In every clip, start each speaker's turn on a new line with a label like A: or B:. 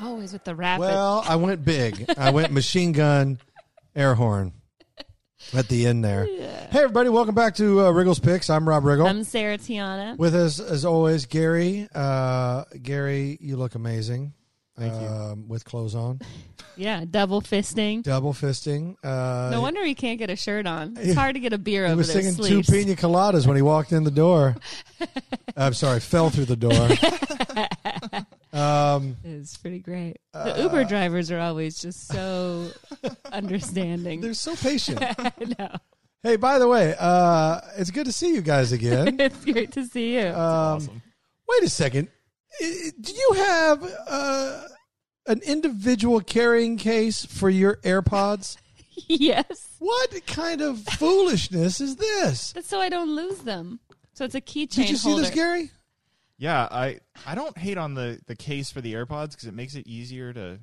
A: Always with the rapid.
B: Well, I went big. I went machine gun, air horn at the end there. Hey, everybody, welcome back to uh, Wriggles Picks. I'm Rob Riggle.
A: I'm Sarah Tiana.
B: With us, as always, Gary. Uh, Gary, you look amazing. Thank you. Um, with clothes on,
A: Yeah, double fisting.
B: double fisting. Uh,
A: No wonder he can't get a shirt on. It's hard to get a beer
B: He
A: over
B: was
A: their
B: singing
A: sleeves.
B: two pina coladas when he walked in the door. I'm sorry, fell through the door. um,
A: It's pretty great.
B: Uh,
A: The Uber drivers are always just so understanding.
B: they're so patient.
A: I know.
B: hey, by the way, uh, it's good to see you guys again.
A: It's great to see you.
B: Um, Wait a second. I- I- Do you have uh, an individual carrying case for your AirPods?
A: yes.
B: What kind of foolishness is this?
A: That's so I don't lose them. So it's a keychain
B: Did you see
A: holder.
B: this, Gary?
C: Yeah, I I don't hate on the the case for the AirPods because it makes it easier to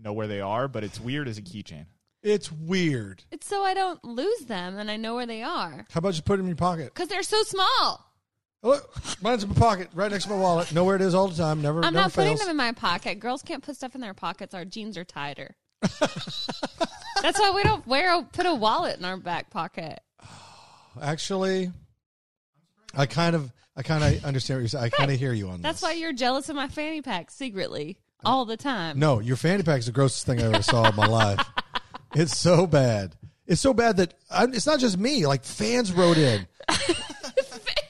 C: know where they are, but it's weird as a keychain.
B: It's weird.
A: It's so I don't lose them and I know where they are
B: How about just put it in your pocket?
A: because they're so small.
B: Oh, Look, mine's in my pocket, right next to my wallet. Know where it is all the time. Never,
A: I'm
B: never
A: not putting
B: fails.
A: them in my pocket. Girls can't put stuff in their pockets. Our jeans are tighter. That's why we don't wear a, put a wallet in our back pocket.
B: Actually, I kind of, I kind of understand what you're saying. I kind of hear you on
A: That's
B: this.
A: why you're jealous of my fanny pack secretly all the time.
B: No, your fanny pack is the grossest thing I ever saw in my life. It's so bad. It's so bad that I, it's not just me. Like fans wrote in.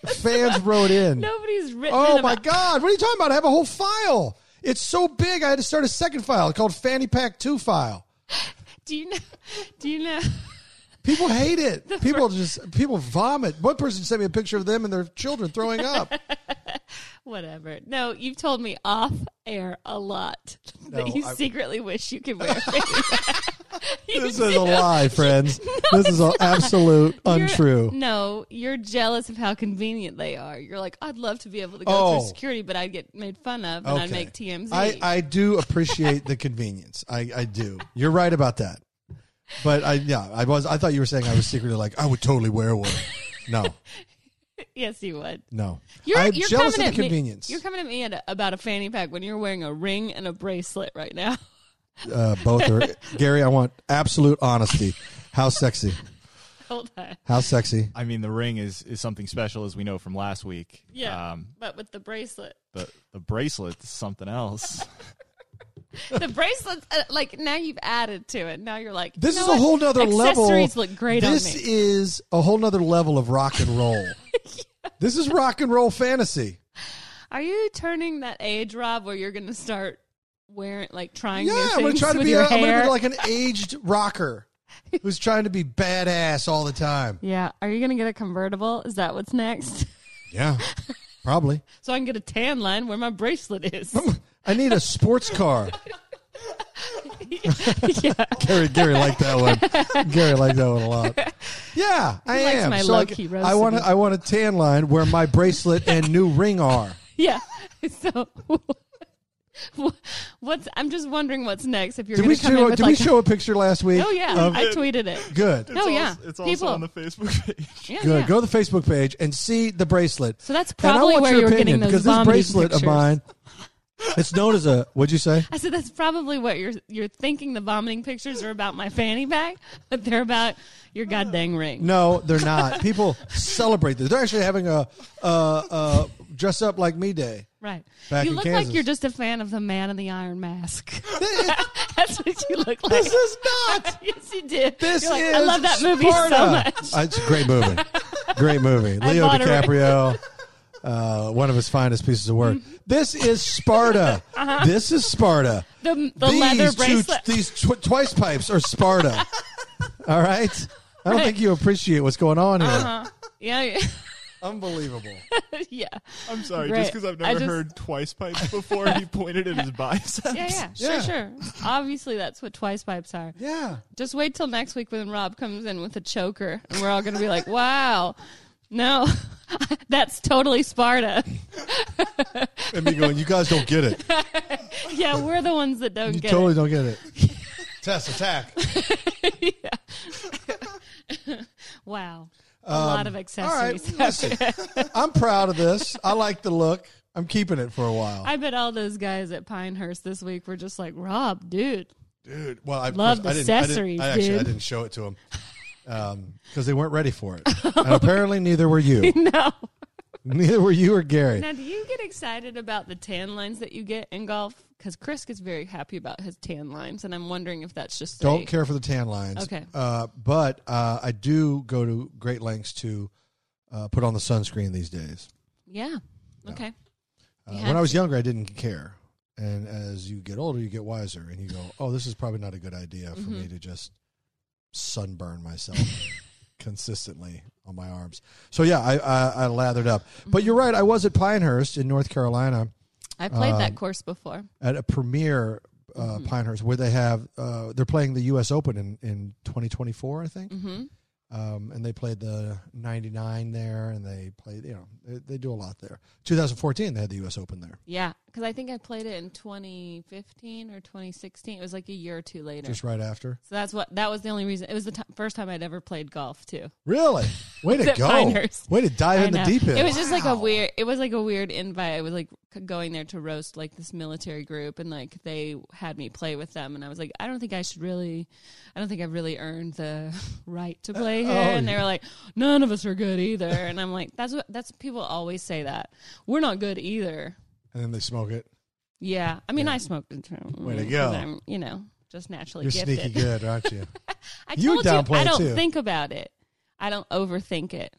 B: fans wrote in.
A: Nobody's written.
B: oh
A: in
B: my
A: about-
B: god! What are you talking about? I have a whole file. It's so big. I had to start a second file called Fanny Pack Two file.
A: Do you know? Do you know?
B: People hate it. People just people vomit. One person sent me a picture of them and their children throwing up.
A: Whatever. No, you've told me off air a lot that
B: No,
A: you
B: I-
A: secretly wish you could wear. a fanny pack. You
B: This
A: do.
B: is a lie, friends. this is an absolute
A: You're-
B: untrue.
A: No, you're jealous of how convenient they are. You're like, I'd love to be able to go
B: Oh.
A: through security, but I'd get made fun of and I'd make TMZ.
B: I, I do appreciate the convenience. I, I do. You're right about that. But I yeah, I was I thought you were saying I was secretly like I would totally wear one. No,
A: yes, you would.
B: no.
A: You're,
B: I'm
A: you're
B: jealous
A: coming
B: of the
A: at me-
B: convenience.
A: you're coming at me at a, about a fanny pack when you're wearing a ring and a bracelet right now.
B: uh, both are Gary. I want absolute honesty. How sexy?
A: Hold on.
B: How sexy?
C: I mean, the ring is is something special as we know from last week.
A: Yeah.
C: Um,
A: but with the bracelet.
C: the the bracelet is something else.
A: The bracelet, uh, like, now you've added to it. Now you're like,
B: This
A: you
B: is
A: know
B: a whole
A: what?
B: nother level.
A: Accessories look great
B: This
A: on me.
B: is a whole nother level of rock and roll. This is rock and roll fantasy.
A: Are you turning that age, Rob, where you're going to start wearing, like, trying
B: Yeah,
A: new
B: I'm gonna
A: things
B: try to
A: with
B: be.
A: your
B: A, I'm gonna
A: hair?
B: be like an aged rocker who's trying to be badass all the time.
A: Yeah. Are you going to get a convertible? Is that what's next?
B: Yeah, probably.
A: so I can get a tan line where my bracelet is.
B: I need a sports car.
A: yeah.
B: Gary, Gary liked that one. Gary liked that one a lot. Yeah, I
A: likes
B: am.
A: my
B: So I
A: low-key
B: can- I want to.
A: roasting.
B: I want a tan line where my bracelet and new ring are.
A: Yeah. So what's I'm just wondering what's next if you're
B: Did we
A: going to come in
B: show?
A: with
B: Did
A: like
B: we show Um, a picture last week?
A: Oh yeah,
B: of-
A: I tweeted it.
B: good.
A: No, Oh, yeah.
C: It's also
A: People.
C: on the Facebook page.
A: yeah,
B: Good.
A: yeah.
B: Go to the Facebook page and see the bracelet.
A: So that's
B: And I
A: probably
B: want
A: where
B: your
A: you were getting
B: opinion,
A: those
B: because this
A: vomiting
B: bracelet
A: pictures.
B: of mine. It's known as a. What'd you say?
A: I said that's probably what you're you're thinking the vomiting pictures are about my fanny bag, but they're about your goddamn ring.
B: Uh, No, they're not. People celebrate this. They're actually having a uh, uh, dress up like me day.
A: Right.
B: Back
A: you
B: in
A: look
B: Kansas.
A: like you're just a fan of the man in the iron mask.
B: This
A: that's what you look like.
B: is not.
A: yes, you did.
B: This
A: You're like,
B: is
A: I love that movie so
B: Sparta.
A: much.
B: Uh, It's a great movie. Great movie.
A: I
B: Leo
A: bought a ring.
B: DiCaprio. Uh, one of his finest pieces of work.
A: Mm-hmm.
B: This is Sparta. This is Sparta.
A: The, Uh-huh. the leather
B: these two-
A: bracelet.
B: these tw- twice pipes are Sparta.
A: Uh-huh.
B: All right. I don't think you appreciate what's going on here.
A: yeah. yeah.
B: Unbelievable.
A: yeah.
C: I'm sorry,
A: Right.
C: just because I've
A: I
C: never
A: just-
C: heard twice pipes before, he pointed at his biceps.
A: Yeah, yeah.
B: Yeah.
A: Sure, sure. Obviously, that's what twice pipes are.
B: Yeah.
A: Just wait till next week when Rob comes in with a choker and we're all going to be like, wow, no, that's totally Sparta.
B: And me going, you guys don't get it.
A: yeah, we're the ones that don't
B: You
A: get
B: totally don't get it. Test attack.
A: it. Yeah. wow. A lot of
B: Um, All right.
A: accessories.
B: Listen, I'm proud of this. I like the look. I'm keeping it for a while.
A: I bet all those guys at Pinehurst this week were just like, Rob, dude.
B: dude. Well, I
A: Love
B: I didn't, I didn't-
A: accessories,
B: I actually, I
A: dude.
B: didn't show it to them because they weren't ready for it, and apparently neither were you.
A: No.
B: neither were you or Gary.
A: Now, do you get excited about the tan lines that you get in golf? Because Chris gets very happy about his tan lines, and I'm wondering if that's just a-
B: Don't care for the tan lines.
A: Okay.
B: uh, but uh, I do go to great lengths to uh, put on the sunscreen these days.
A: Yeah. Okay.
B: Uh,
A: You
B: when
A: have
B: I was younger, I didn't care, and as you get older, you get wiser, and you go, "Oh, this is probably not a good idea for me to just sunburn myself." consistently on my arms. So yeah, I, I I lathered up. But you're right, I was at Pinehurst in North Carolina
A: I played
B: Um,
A: that course before.
B: at a premier uh, Pinehurst where they have uh, they're playing the U.S. Open in in 2024, I think.
A: hmm
B: Um, and they played the 99 there, and they played you know they, they do a lot there. 2014 they had the U.S. Open there,
A: Yeah, because I think I played it in 2015 or 2016. It was like a year or two later.
B: just right after.
A: so that's what that was the only reason. It was the t- first time I'd ever played golf too.
B: Really, way to
A: At
B: go,
A: Pinehurst.
B: way to dive
A: I
B: in the
A: know.
B: deep end.
A: It was just like a
B: Wow.
A: weird. It was like a weird invite. I was like c- going there to roast like this military group, and like they had me play with them, and I was like, I don't think I should really. I don't think I've really earned the right to play here.
B: oh,
A: and they
B: yeah.
A: were like, none of us are good either. And I'm like, that's what that's people always say that we're not good either.
B: and then they smoke it.
A: Yeah, I mean, I smoked in too.
B: Way to
A: Mm,
B: go.
A: 'cause I'm, you know, just naturally
B: You're
A: gifted.
B: sneaky good, aren't you?
A: I
B: You
A: told
B: downplay
A: you, I
B: it,
A: don't
B: too.
A: think about it. I don't overthink it.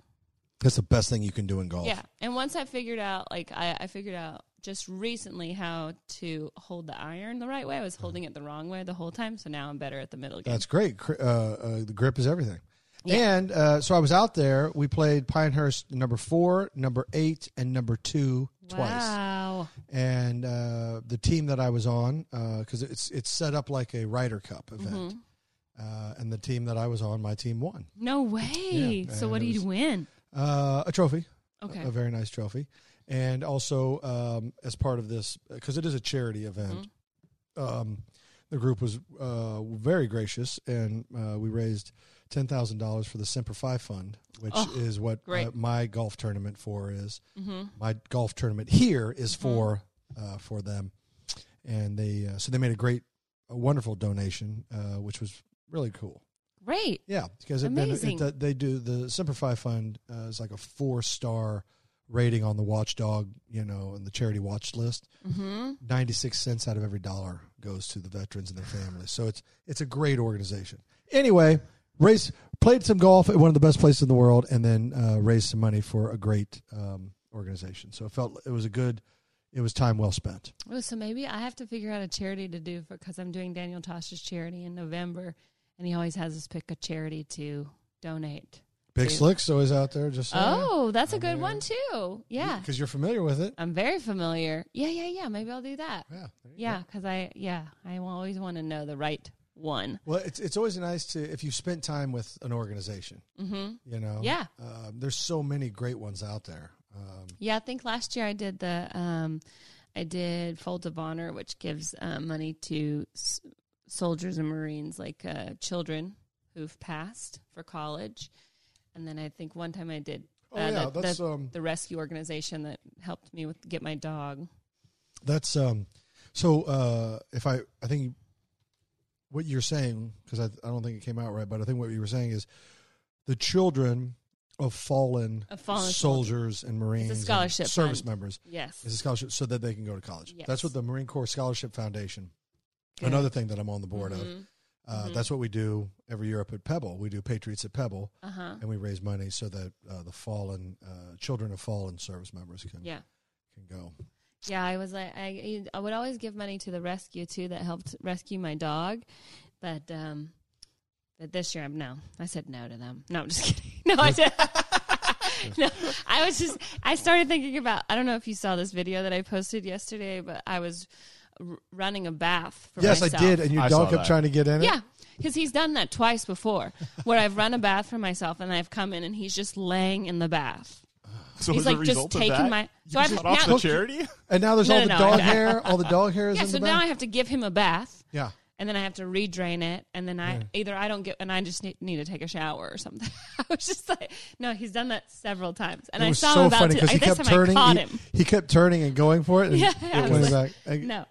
B: That's the best thing you can do in golf.
A: Yeah, and once I figured out, like, I, I figured out just recently how to hold the iron the right way. I was holding it the wrong way the whole time, so now I'm better at the middle game.
B: Uh-huh. That's great. Cr- Uh, uh, the grip is everything.
A: Yeah.
B: And uh, so I was out there. We played Pinehurst number four, number eight, and number two twice.
A: Wow.
B: And uh, the team that I was on, because it's it's set up like a Ryder Cup event.
A: Mm-hmm.
B: Uh, and the team that I was on, my team won
A: No way.
B: Yeah,
A: so
B: and
A: what
B: it
A: do you
B: was-
A: win?
B: uh, a trophy,
A: Okay.
B: a very nice trophy. And also, um, as part of this, because it is a charity event,
A: Mm-hmm.
B: um, the group was uh, very gracious, and uh, we raised ten thousand dollars for the Semper Fi Fund, which
A: Oh,
B: is what
A: great.
B: uh, my golf tournament for is.
A: hmm
B: My golf tournament here is
A: Mm-hmm.
B: for uh, for them, and they uh, so they made a great, a wonderful donation, uh, which was really cool.
A: Great.
B: Yeah, because it, been,
A: Amazing.
B: it, that they do the Semper Fi Fund uh, is like a four star rating on the Watchdog, you know, and the charity watch list.
A: hmm
B: 96 cents out of every dollar goes to the veterans and their families. So it's it's a great organization. Anyway, race played some golf at one of the best places in the world and then uh, raised some money for a great um, organization. So it felt it was a good it was time well spent.
A: Oh, so maybe I have to figure out a charity to do because I'm doing Daniel Tosh's charity in November, and he always has us pick a charity to donate.
B: Big
A: Dude.
B: Slicks always out there just saying.
A: Oh, that's a
B: I'm
A: good
B: there.
A: one too. Yeah, Uh,
B: Cuz you're familiar with it.
A: I'm very familiar. Yeah, yeah, yeah. Maybe I'll do that.
B: Yeah. there you go.
A: Yeah, because I yeah I always want to know the right one.
B: Well, it's it's always nice to if you spent time with an organization,
A: hmm
B: you know.
A: Yeah.
B: Um, there's so many great ones out there. Um,
A: Yeah, I think last year I did the um, I did Folds of Honor, which gives uh, money to s- soldiers and Marines, like uh, children who've passed for college. And then I think one time I did
B: oh
A: Uh,
B: yeah,
A: the-
B: that's um,
A: the rescue organization that helped me with get my dog.
B: that's um. So uh, if I I think what you're saying because I I don't think it came out right, but I think what you were saying is the children of fallen,
A: Of fallen
B: soldiers and Marines, and
A: scholarship
B: service
A: fund.
B: members.
A: Yes.
B: It's a scholarship so that they can go to college.
A: Yes.
B: That's what the Marine Corps Scholarship Foundation.
A: Good.
B: Another thing that I'm on the board of.
A: Mhm.
B: Uh,
A: Mhm.
B: That's what we do every year up at Pebble. We do Patriots at Pebble,
A: Uh-huh.
B: and we raise money so that uh, the fallen uh, children of fallen service members can
A: Yeah.
B: can go.
A: Yeah, I was like, I, I would always give money to the rescue too that helped rescue my dog, but um, but this year I'm no, I said no to them. No, I'm just kidding. No, I said no, I was just I started thinking about I don't know if you saw this video that I posted yesterday, but I was r- running a bath for
B: yes,
A: myself.
B: I did, and your
C: I
B: dog
C: saw
B: kept
C: that.
B: trying to get in it.
A: Yeah, because he's done that twice before, where I've run a bath for myself and I've come in and he's just laying in the bath.
C: So as
A: He's
C: a
A: like just
C: result of
A: taking
C: that,
A: my-
C: you
A: so I've-
C: cut off
A: now-
C: the charity.
B: and now there's
A: No,
B: all
A: no,
B: the
A: no,
B: dog
A: I-
B: hair. All the dog hair is
A: Yeah,
B: in
A: so
B: the
A: now
B: back.
A: I have to give him a bath,
B: yeah,
A: and then I have to redrain it, and then I either I don't get and I just need, need to take a shower or something. I was just like, no, he's done that several times, and
B: it
A: I
B: was
A: saw
B: so
A: him about
B: funny
A: to. I,
B: he
A: this
B: kept
A: time
B: turning.
A: I caught
B: he,
A: him.
B: he kept turning and going for it. And
A: Yeah, I
B: it
A: was
B: was
A: like,
B: like, I-
A: No,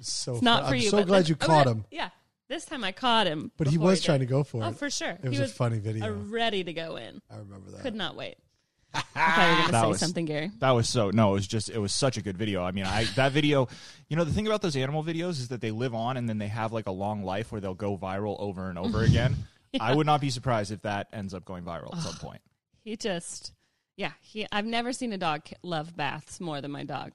B: so
A: it's not
B: fu-
A: for
B: I'm
A: you.
B: so
A: but
B: glad
A: this-
B: you
A: oh,
B: caught
A: yeah,
B: him,
A: Yeah, this time I caught him,
B: but he
A: before
B: was
A: did.
B: trying to go for
A: Oh,
B: it.
A: for sure.
B: It was
A: he
B: a
A: was
B: funny
A: uh,
B: video.
A: ready to go in.
B: I remember that.
A: Could not wait. I thought you were
C: That
A: going to
C: was-
A: say something, Gary.
C: That was so no, it was just it was such a good video. I mean, I that video, you know, the thing about those animal videos is that they live on and then they have like a long life where they'll go viral over and over again. I would not be surprised if that ends up going viral at some point.
A: He just, yeah. He, I've never seen a dog ca- love baths more than my dog.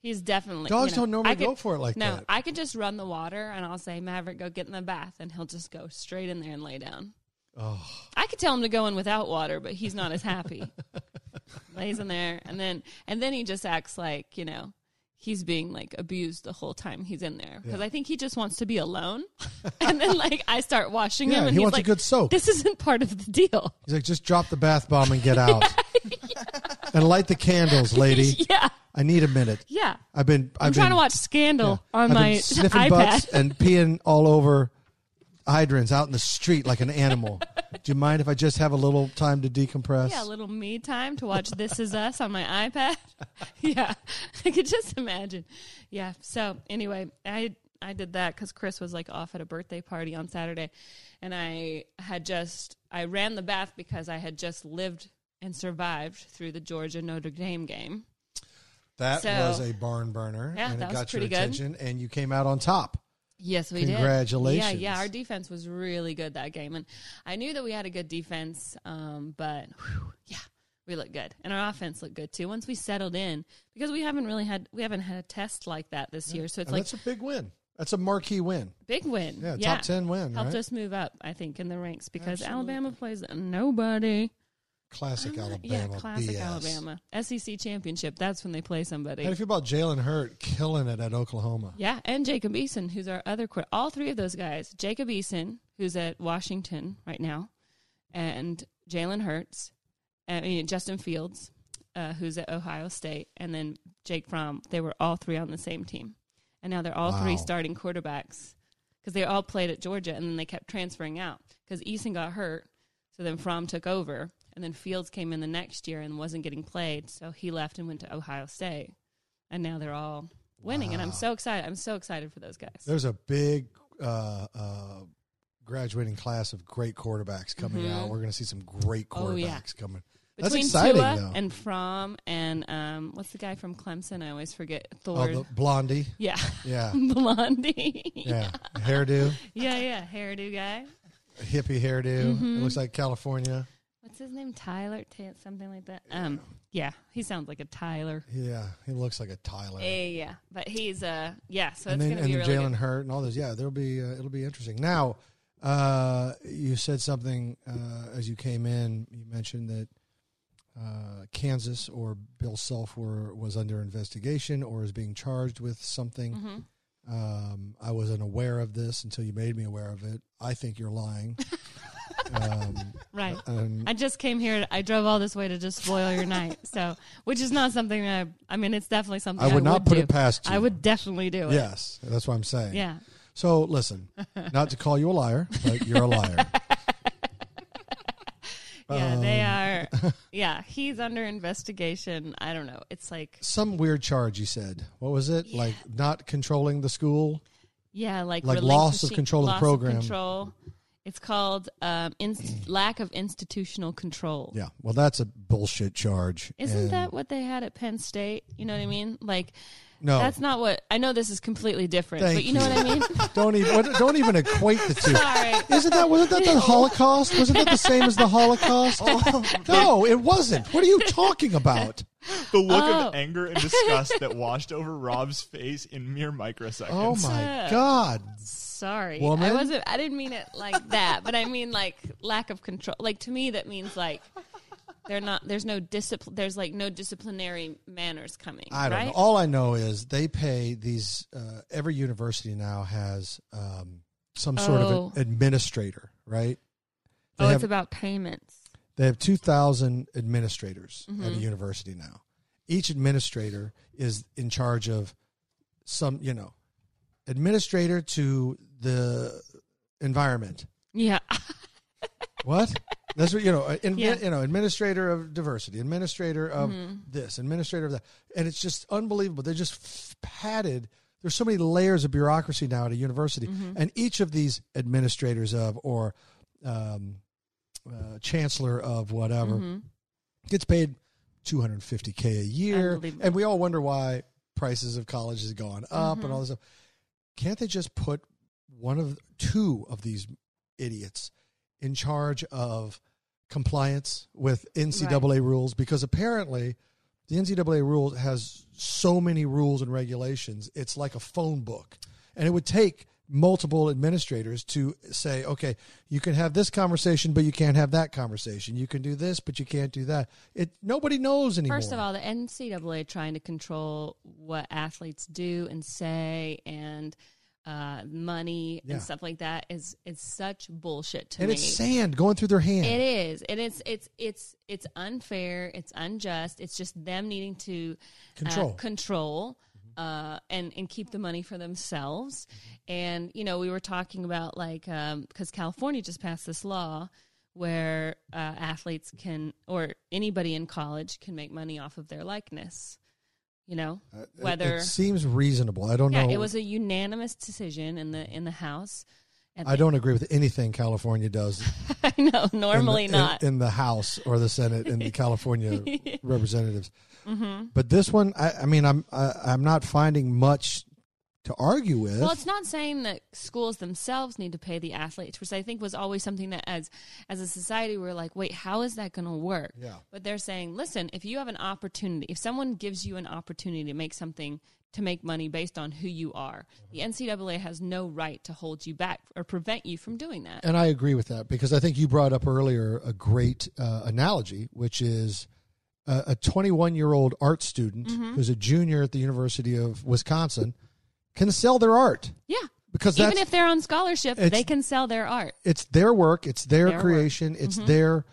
A: He's definitely
B: Dogs
A: you know,
B: don't normally
A: I could-
B: go for it like
A: no,
B: that.
A: I could just run the water and I'll say Maverick, go get in the bath, and he'll just go straight in there and lay down.
B: Oh.
A: I could tell him to go in without water, but he's not as happy. Lays in there, and then and then he just acts like you know he's being like abused the whole time he's in there because I think he just wants to be alone. and then like I start washing him,
B: Yeah,
A: and
B: he
A: he's
B: wants
A: like,
B: a good soak.
A: This isn't part of the deal.
B: He's like, just drop the bath bomb and get out, and light the candles, lady.
A: yeah,
B: I need a minute.
A: yeah.
B: I've been. I've
A: I'm trying
B: been,
A: to watch Scandal
B: yeah,
A: on
B: I've been
A: my
B: sniffing
A: iPad.
B: butts and peeing all over hydrants out in the street like an animal. Do you mind if I just have a little time to decompress?
A: Yeah, a little me time to watch This Is Us on my iPad. yeah, I could just imagine. Yeah. So anyway, I I did that because Chris was like off at a birthday party on Saturday, and I had just I ran the bath because I had just lived and survived through the Georgia Notre Dame game.
B: that
A: So-
B: was a barn burner,
A: Yeah,
B: and
A: that
B: it
A: was
B: got your
A: pretty good.
B: attention, and you came out on top.
A: Yes, we
B: Congratulations.
A: did. Yeah, yeah. Our defense was really good that game, and I knew that we had a good defense, um, but whew, yeah, we looked good, and our offense looked good too. Once we settled in, because we haven't really had we haven't had a test like that this year, so it's
B: And
A: like
B: that's a big win. That's a marquee win.
A: big win.
B: Yeah, top ten win.
A: helped
B: Right?
A: us move up, I think, in the ranks because
B: Absolutely.
A: Alabama plays nobody. Uh,
B: Classic Alabama.
A: yeah, classic
B: BS.
A: Alabama SEC championship. That's when they play somebody.
B: How do you feel about Jalen Hurt killing it at Oklahoma?
A: Yeah, and Jacob Eason, who's our other quarter. All three of those guys, Jacob Eason, who's at Washington right now, and Jalen Hurts, uh, I mean Justin Fields, uh, who's at Ohio State, and then Jake Fromm. They were all three on the same team, and now they're all
B: Wow.
A: three starting quarterbacks because they all played at Georgia, and then they kept transferring out because Eason got hurt, so then Fromm took over, and then Fields came in the next year and wasn't getting played, so he left and went to Ohio State, and now they're all winning, and I'm so excited. I'm so excited for those guys.
B: There's a big uh, uh, graduating class of great quarterbacks coming out. We're going to see some great quarterbacks
A: Mm-hmm. Oh, yeah.
B: coming. That's
A: Between
B: exciting,
A: Tua
B: though.
A: and Fromm and um, what's the guy from Clemson? I always forget.
B: Oh,
A: Thor.
B: the Blondie.
A: yeah,
B: Yeah.
A: Blondie.
B: Yeah. hairdo.
A: yeah, yeah. Hairdo guy.
B: Hippie hairdo. It
A: Mm-hmm.
B: looks like California.
A: What's his name? Tyler, Ta something like that. Um, yeah, he sounds like a Tyler.
B: Yeah. He looks like a Tyler.
A: Yeah, yeah, yeah. But he's uh, yeah. So
B: and
A: it's
B: then
A: gonna
B: and
A: be
B: then
A: really
B: Jalen
A: good.
B: Hurt and all those. Yeah, there'll be uh, it'll be interesting. Now, uh, you said something uh, as you came in. You mentioned that uh, Kansas or Bill Self were was under investigation or is being charged with something.
A: Mm-hmm.
B: Um, I was unaware of this until you made me aware of it. I think you're lying. um,
A: Right.
B: and
A: I just came here. I drove all this way to just spoil your night. So, which is not something that I. I mean, it's definitely something
B: I would not put
A: do.
B: it past you.
A: I would definitely do it.
B: yes, that's what I'm saying.
A: Yeah.
B: So listen, not to call you a liar, but you're a liar.
A: Yeah, they
B: Um.
A: are. Yeah, he's under investigation. I don't know. It's like
B: some weird charge you said what was it like not controlling the school
A: yeah, like
B: Like loss of
A: relinquishing-
B: control of the
A: loss
B: program.
A: control. It's called um, inst- lack of institutional control.
B: yeah well that's a bullshit charge
A: Isn't
B: And
A: that what they had at Penn State? You know what I mean? Like
B: no
A: that's not what I know. This is completely different,
B: Thank
A: but you know what I mean.
B: don't even what- don't even equate the two
A: Sorry.
B: isn't that wasn't that the holocaust wasn't that the same as the holocaust
A: Oh,
B: no it wasn't what are you talking about
C: The look
A: Oh.
C: of anger and disgust that washed over Rob's face in mere microseconds.
B: oh my
A: Uh,
B: god
A: Sorry,
B: Woman?
A: I wasn't. I didn't mean it like that, but I mean like lack of control. Like to me, that means like They're not. There's no discipline. There's like no disciplinary manners coming.
B: I don't
A: right?
B: know. All I know is they pay these. Uh, every university now has um, some sort
A: Oh.
B: of an administrator, right? They
A: oh,
B: have,
A: it's about payments.
B: they have two thousand administrators at a university now. Each administrator is in charge of some, you know, administrator to the environment.
A: Yeah.
B: What? That's what you know. Admi-
A: Yeah. Mm-hmm.
B: You know, administrator of diversity, administrator of this, administrator of that, and it's just unbelievable. They're just f- padded. There's so many layers of bureaucracy now at a university,
A: Mm-hmm.
B: and each of these administrators of or um, uh, chancellor of
A: Mm-hmm.
B: whatever gets paid 250k a year,
A: Unbelievable.
B: and we all wonder why prices of college has gone up and all this stuff. Can't they just put one of two of these idiots in charge of compliance with NCAA rules because apparently the NCAA rules has so many rules and regulations. It's like a phone book, and it would take multiple administrators to say, okay, you can have this conversation, but you can't have that conversation. You can do this, but you can't do that. It nobody knows anymore.
A: First of all, the NCAA trying to control what athletes do and say and uh, money
B: Yeah.
A: and stuff like that is is such bullshit to
B: and
A: me.
B: it's sand going through their hand.
A: It is. And it's it's it's it's unfair. It's unjust. It's just them needing to uh,
B: Control. Mm-hmm.
A: control. Uh, and and keep the money for themselves, and you know we were talking about like because California just passed this law where uh, athletes can or anybody in college can make money off of their likeness, you know
B: Uh, It-
A: whether
B: it, seems reasonable. I don't
A: yeah
B: know.
A: it was a unanimous decision in the in the House. At
B: I
A: the-
B: don't agree with anything California does
A: I know
B: in the-
A: normally
B: in-
A: not.
B: in, the House or the Senate and the California representatives.
A: Mm-hmm.
B: But this one, I, I mean, I'm I, I'm not finding much to argue with.
A: Well, it's not saying that schools themselves need to pay the athletes, which I think was always something that as as a society we are like, wait, how is that going to work?
B: Yeah.
A: But they're saying, listen, if you have an opportunity, if someone gives you an opportunity to make something to make money based on who you are, the
B: Uh-huh.
A: NCAA has no right to hold you back or prevent you from doing that.
B: and I agree with that because I think you brought up earlier a great uh, analogy, which is a, a 21 year old art student
A: Mm-hmm.
B: who's a junior at the University of Wisconsin can sell their art
A: Yeah.
B: because
A: Even
B: that's
A: if they're on scholarship,
B: it's-
A: they can sell their art.
B: it's their work, it's their,
A: Their work. Mm-hmm.
B: creation, it's their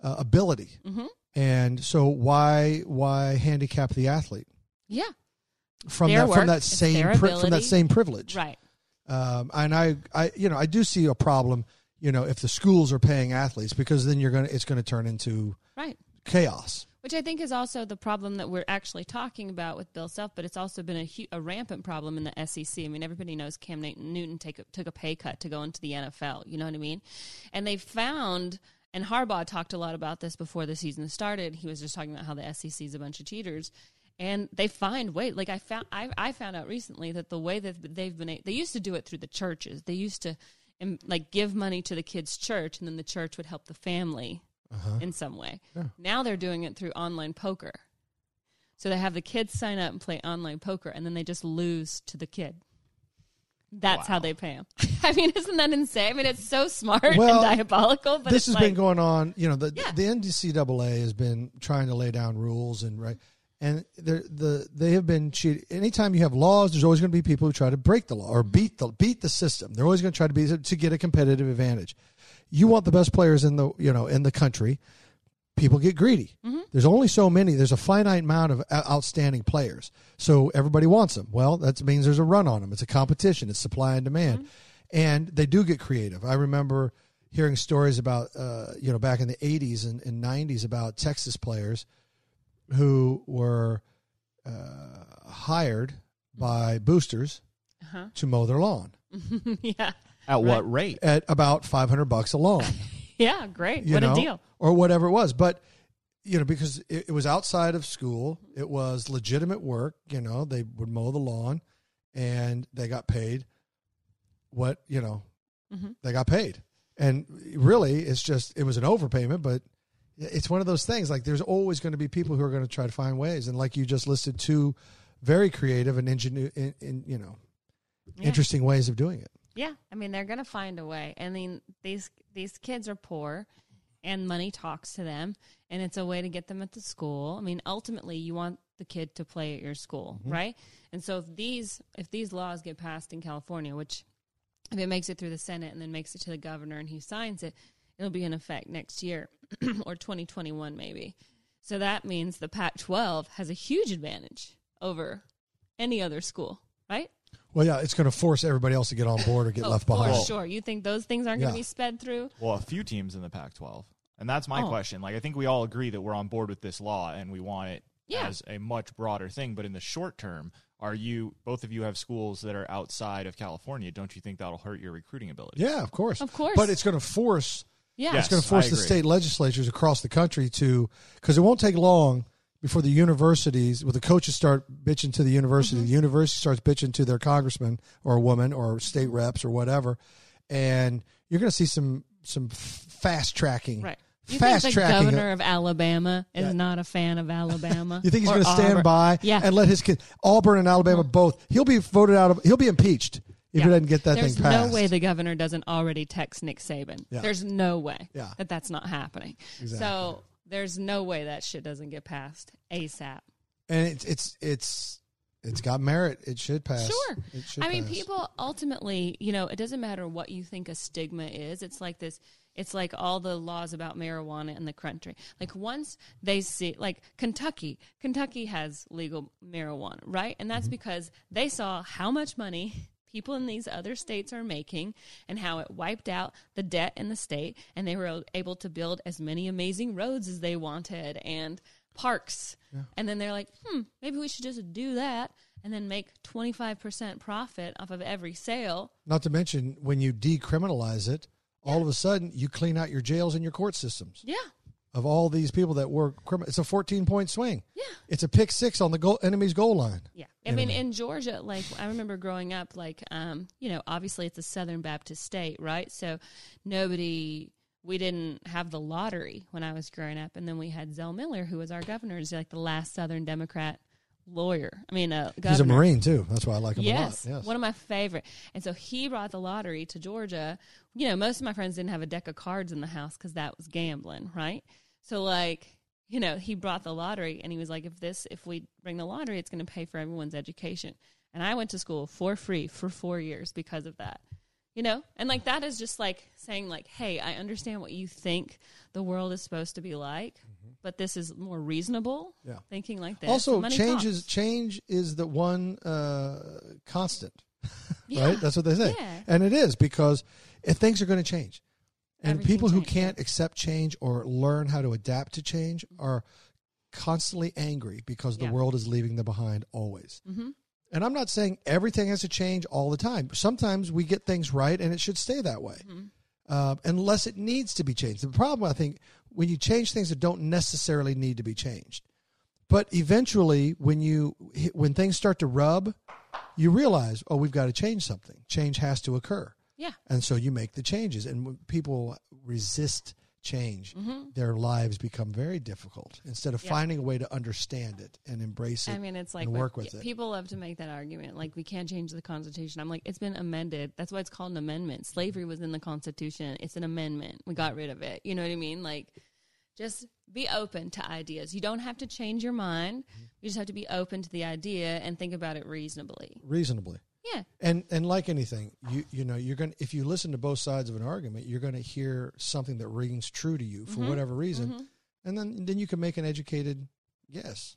B: uh, ability, and so why why handicap the athlete?
A: Yeah.
B: from
A: Their
B: that from
A: work,
B: that
A: it's
B: same
A: their
B: pri- from that
A: ability.
B: same privilege.
A: Right.
B: Um, and I, I you know I do see a problem. You know if the schools are paying athletes because then you're gonna it's gonna turn into
A: Right.
B: chaos.
A: Which I think is also the problem that we're actually talking about with Bill Self, but it's also been a, hu- a rampant problem in the SEC. I mean, everybody knows Cam Na- Newton take a, took a pay cut to go into the NFL. You know what I mean? And they found, and Harbaugh talked a lot about this before the season started. He was just talking about how the SEC is a bunch of cheaters. And they find wait, like I found, I, I found out recently that the way that they've been, a- they used to do it through the churches. They used to, um, like, give money to the kids' church, and then the church would help the family in some way. Now they're doing it through online poker. So they have the kids sign up and play online poker, and then they just lose to the kid. That's how they pay them. I mean, isn't that insane? I mean, it's so smart
B: Well,
A: and diabolical. But
B: this
A: it's
B: has
A: like,
B: been going on. You know the
A: Yeah.
B: the NCAA has been trying to lay down rules and right. And they're, the they have been cheating. Anytime you have laws, there's always going to be people who try to break the law or beat the beat the system. They're always going to try to be to get a competitive advantage. You want the best players in the you know in the country. people get greedy. There's only so many. There's a finite amount of o- outstanding players, so everybody wants them. Well, that means there's a run on them. It's a competition. It's supply and demand, and they do get creative. I remember hearing stories about uh, you know back in the '80s and, and '90s about Texas players who were uh, hired by boosters to mow their lawn
A: yeah,
C: At what rate?
B: at about 500 bucks a lawn.
A: yeah, great.
B: you
A: What
B: know,
A: a deal.
B: or whatever it was. But you know, because it, it was outside of school, it was legitimate work. You know, they would mow the lawn, and they got paid. What you know,
A: Mm-hmm.
B: they got paid, and really, it's just it was an overpayment, but it's one of those things. Like, there's always going to be people who are going to try to find ways, and like you just listed two very creative and ingenu- in, in you know.
A: Yeah.
B: Interesting ways of doing it.
A: Yeah, I mean, they're gonna find a way. I mean, these these kids are poor, and money talks to them and it's a way to get them at the school i mean ultimately you want the kid to play at your school right and so if these if these laws get passed in california which if it makes it through the senate and then makes it to the governor and he signs it it'll be in effect next year or 2021 maybe so that means the pac 12 has a huge advantage over any other school right
B: Well, yeah, it's going to force everybody else to get on board or get
A: Oh,
B: left behind.
A: For sure. You think those things aren't going
B: Yeah.
A: to be sped through?
C: Well, a few teams in the Pac-12, and that's my
A: Oh.
C: question. Like, I think we all agree that we're on board with this law and we want it
A: Yeah.
C: as a much broader thing. But in the short term, are you both of you have schools that are outside of California? Don't you think that'll hurt your recruiting ability?
B: Yeah, of course.
A: Of course.
B: But it's going to force
A: Yeah.
C: Yes.
B: it's going to
C: I
B: force the
C: agree.
B: state legislatures across the country to because it won't take long before the universities well the coaches start bitching to the university
A: Mm-hmm.
B: the university starts bitching to their congressman or woman or state reps or whatever and you're going to see some some fast tracking
A: Right. You think
B: fast
A: the
B: tracking
A: governor of Alabama is
B: Yeah.
A: not a fan of Alabama?
B: you think he's
A: Or
B: going to stand
A: Auburn?
B: by
A: Yeah. Mm-hmm.
B: and let his kid Auburn and Alabama both he'll be voted out of he'll be impeached if
A: Yeah.
B: he doesn't get that
A: There's
B: thing passed
A: no way the governor doesn't already text Nick Saban.
B: Yeah.
A: There's no way
B: Yeah.
A: that that's not happening. So there's no way that shit doesn't get passed ASAP.
B: and it's it's it's it's got merit it should pass
A: Sure.
B: It should
A: I mean,
B: pass.
A: people ultimately, you know, it doesn't matter what you think a stigma is. It's like this. It's like all the laws about marijuana in the country. Like once they see, like Kentucky, Kentucky has legal marijuana, right? And that's
B: Mm-hmm.
A: because they saw how much money people in these other states are making and how it wiped out the debt in the state, and they were able to build as many amazing roads as they wanted and parks. And then they're like, hmm, maybe we should just do that and then make 25% profit off of every sale.
B: Not to mention, when you decriminalize it, all of a sudden you clean out your jails and your court systems
A: Yeah.
B: of all these people that were criminal. It's a 14 point swing.
A: Yeah.
B: It's a pick six on the goal, enemy's goal line.
A: Yeah. I mean, in Georgia, like I remember growing up, like, um, you know, obviously it's a Southern Baptist state, right? So nobody, we didn't have the lottery when I was growing up. And then we had Zell Miller, who was our governor, is like the last Southern Democrat lawyer. I mean, uh, governor.
B: He's a Marine too. That's why I like him
A: Yes,
B: a lot. Yes.
A: one of my favorite. And so he brought the lottery to Georgia. You know, most of my friends didn't have a deck of cards in the house because that was gambling, right? So like, you know, he brought the lottery, and he was like, "If this, if we bring the lottery, it's going to pay for everyone's education." And I went to school for free for four years because of that. You know, and like that is just like saying, like, "Hey, I understand what you think the world is supposed to be like, but this is more reasonable."
B: Mm-hmm. Yeah.
A: thinking like this
B: also,
A: Money
B: change is,
A: talks.
B: change is the one uh, constant,
A: Yeah.
B: right? That's what they say.
A: Yeah.
B: And it is because if things are going to change. And
A: Everything
B: people who
A: changes.
B: can't accept change or learn how to adapt to change are constantly angry because
A: Mm-hmm. Yeah.
B: the world is leaving them behind always.
A: Mhm.
B: And I'm not saying everything has to change all the time. Sometimes we get things right and it should stay that way,
A: Mm-hmm.
B: uh, unless it needs to be changed. The problem, I think, when you change things that don't necessarily need to be changed, but eventually when you when things start to rub, you realize, oh, we've got to change something. Change has to occur,
A: yeah.
B: and so you make the changes. And when people resist change,
A: Mm-hmm.
B: their lives become very difficult. Instead of finding a way to understand it and embrace it,
A: I mean, it's like
B: and
A: what-
B: work with it.
A: People love to make that argument, like we can't change the Constitution. I'm like, it's been amended. That's why it's called an amendment. Slavery was in the Constitution. It's an amendment. We got rid of it. You know what I mean? Like, just be open to ideas. You don't have to change your mind.
B: Mm-hmm.
A: You just have to be open to the idea and think about it reasonably.
B: reasonably.
A: Yeah,
B: And and like anything, you you know you're going to if you listen to both sides of an argument, you're going to hear something that rings true to you for
A: Mm-hmm.
B: whatever reason, and then then you can make an educated guess.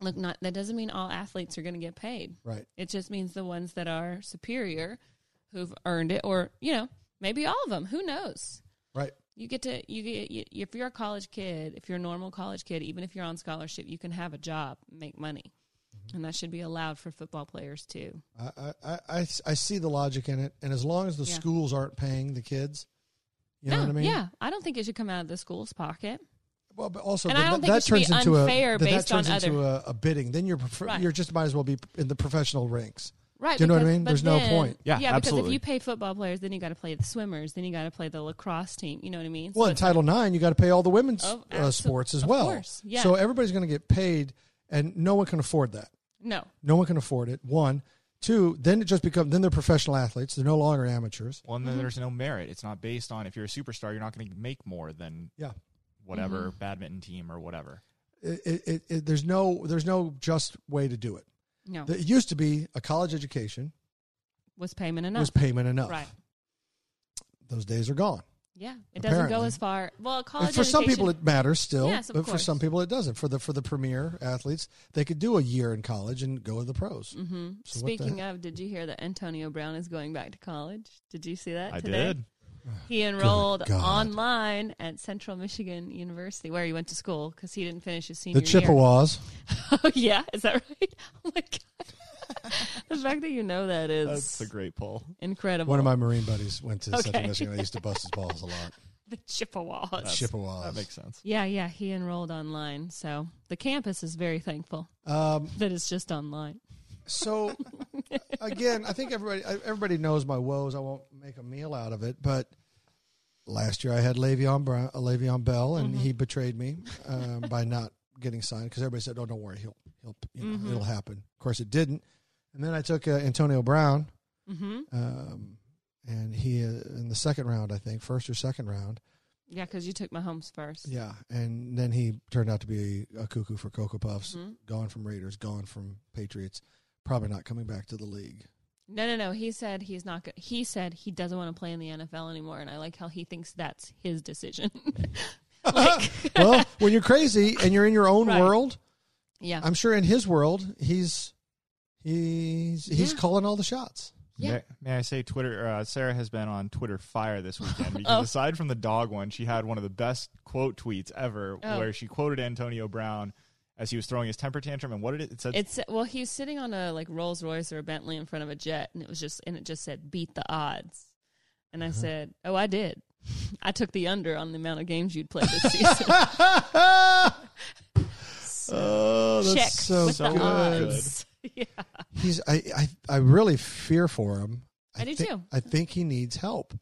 A: look, not that doesn't mean all athletes are going to get paid.
B: Right.
A: It just means the ones that are superior, who've earned it, or you know, maybe all of them. Who knows?
B: Right.
A: you get to you get you, if you're a college kid if you're a normal college kid even if you're on scholarship you can have a job make money
B: Mm-hmm.
A: and that should be allowed for football players too
B: I, I- I, I, I see the logic in it, and as long as the
A: Yeah.
B: schools aren't paying the kids, You know
A: no,
B: what I mean?
A: yeah, I don't think it should come out of the school's pocket.
B: Well, but also
A: And
B: that,
A: I don't
B: that,
A: think it should be
B: turns into
A: unfair
B: a that,
A: based
B: that turns
A: on
B: into a, a bidding. Then you're prefer-
A: Right.
B: you're just might as well be in the professional ranks.
A: Right.
B: Do you know what I
A: because-
B: mean?
A: but
B: There's no
A: then-
B: point.
C: Yeah,
A: Yeah, because
C: absolutely.
A: if you pay football players, then you got to play the swimmers, then you got to play the lacrosse team. You know what I mean?
B: Well, in
A: it's
B: Title IX, you got to pay all the women's
A: Oh,
B: uh,
A: abso-
B: sports as
A: of
B: well.
A: course, yeah.
B: So everybody's going to get paid, and no one can afford that.
A: no.
B: No one can afford it. One, two. Then it just become then they're professional athletes. They're no longer amateurs.
C: Well, and
A: Mm-hmm.
C: then there's no merit. It's not based on if you're a superstar, you're not going to make more than
B: Yeah.
C: whatever
A: Mm-hmm.
C: badminton team or whatever.
B: It, it, it, it- there's no there's no just way to do it.
A: No.
B: It used to be a college education
A: was payment enough?
B: was payment enough.
A: Right.
B: Those days are gone.
A: Yeah. It doesn't go
B: Apparently.
A: as far. Well, college
B: And for some people,
A: education-
B: it matters still,
A: Yes, of
B: but for
A: course.
B: some people, it doesn't. For the for the premier athletes, they could do a year in college and go to the pros.
A: Mhm.
B: So what the
A: Speaking
B: heck?
A: of, did you hear that Antonio Brown is going back to college? Did you see that
C: I
A: today?
C: did.
A: He enrolled
B: God.
A: online at Central Michigan University, where he went to school, because he didn't finish his senior
B: The
A: year.
B: Chippewas.
A: Oh yeah, is that right? Oh my god, the fact that you know that is
C: That's a great poll.
A: incredible.
B: One of my Marine buddies went to Central
A: Okay.
B: Michigan. I used to bust his balls a lot.
A: the Chippewas.
B: Chippewas.
C: That makes sense.
A: yeah, yeah, he enrolled online, so the campus is very thankful
B: Um,
A: that it's just online.
B: so again, I think everybody I- everybody knows my woes. I won't make a meal out of it, but last year I had Le'Veon Brown, uh, Le'Veon Bell, and he betrayed me um, by not getting signed because everybody said, "Oh, don't worry, he'll he'll you know, it'll happen." Of course, it didn't. And then I took uh, Antonio Brown,
A: Mm-hmm.
B: um, and he uh, in the second round, I think, first or second round.
A: Yeah, because you took Mahomes first.
B: Yeah, and then he turned out to be a cuckoo for Cocoa Puffs, gone from Raiders, gone from Patriots, probably not coming back to the league.
A: No, no, no. He said he's not. Go- he said he doesn't want to play in the NFL anymore, and I like how he thinks that's his decision. like,
B: well, when you're crazy and you're in your own
A: Right.
B: world,
A: yeah,
B: I'm sure in his world, he's he's he's
A: Yeah.
B: calling all the shots.
A: Yeah.
C: May, may I say, Twitter? Uh, Sarah has been on Twitter fire this weekend because
A: Oh.
C: aside from the dog one, she had one of the best quote tweets ever,
A: Oh.
C: where she quoted Antonio Brown as he was throwing his temper tantrum. And what did it? It said
A: It's well, he's sitting on a like Rolls Royce or a Bentley in front of a jet, and it was just and it just said beat the odds, and I
B: Uh-huh.
A: said, oh, I did. I took the under on the amount of games you'd play this season.
B: Oh,
A: Check with
C: so
A: the
C: good.
A: odds. yeah,
B: He's I, I I really fear for him.
A: I do
B: thi-
A: too.
B: I think he needs help.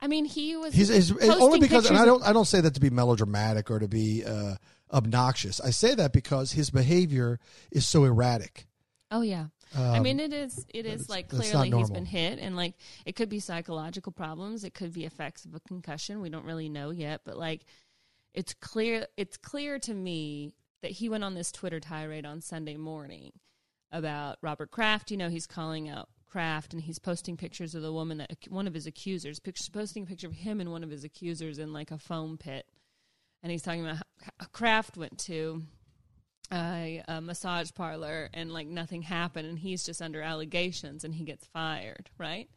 A: I mean he was.
B: He's, he's and
A: posting
B: only because, and
A: pictures
B: I
A: of-
B: don't, I don't say that to be melodramatic or to be uh, obnoxious. I say that because his behavior is so erratic.
A: Oh yeah. I mean it is it is like
B: that's
A: clearly
B: Um, not
A: he's
B: normal.
A: been hit and like it could be psychological problems, it could be effects of a concussion. We don't really know yet, but like it's clear it's clear to me that he went on this Twitter tirade on Sunday morning about Robert Kraft. You know, he's calling out Kraft and he's posting pictures of the woman that one of his accusers, pict- posting a picture of him and one of his accusers in like a foam pit. And he's talking about how Kraft went to a, a massage parlor and like nothing happened and he's just under allegations and he gets fired, right?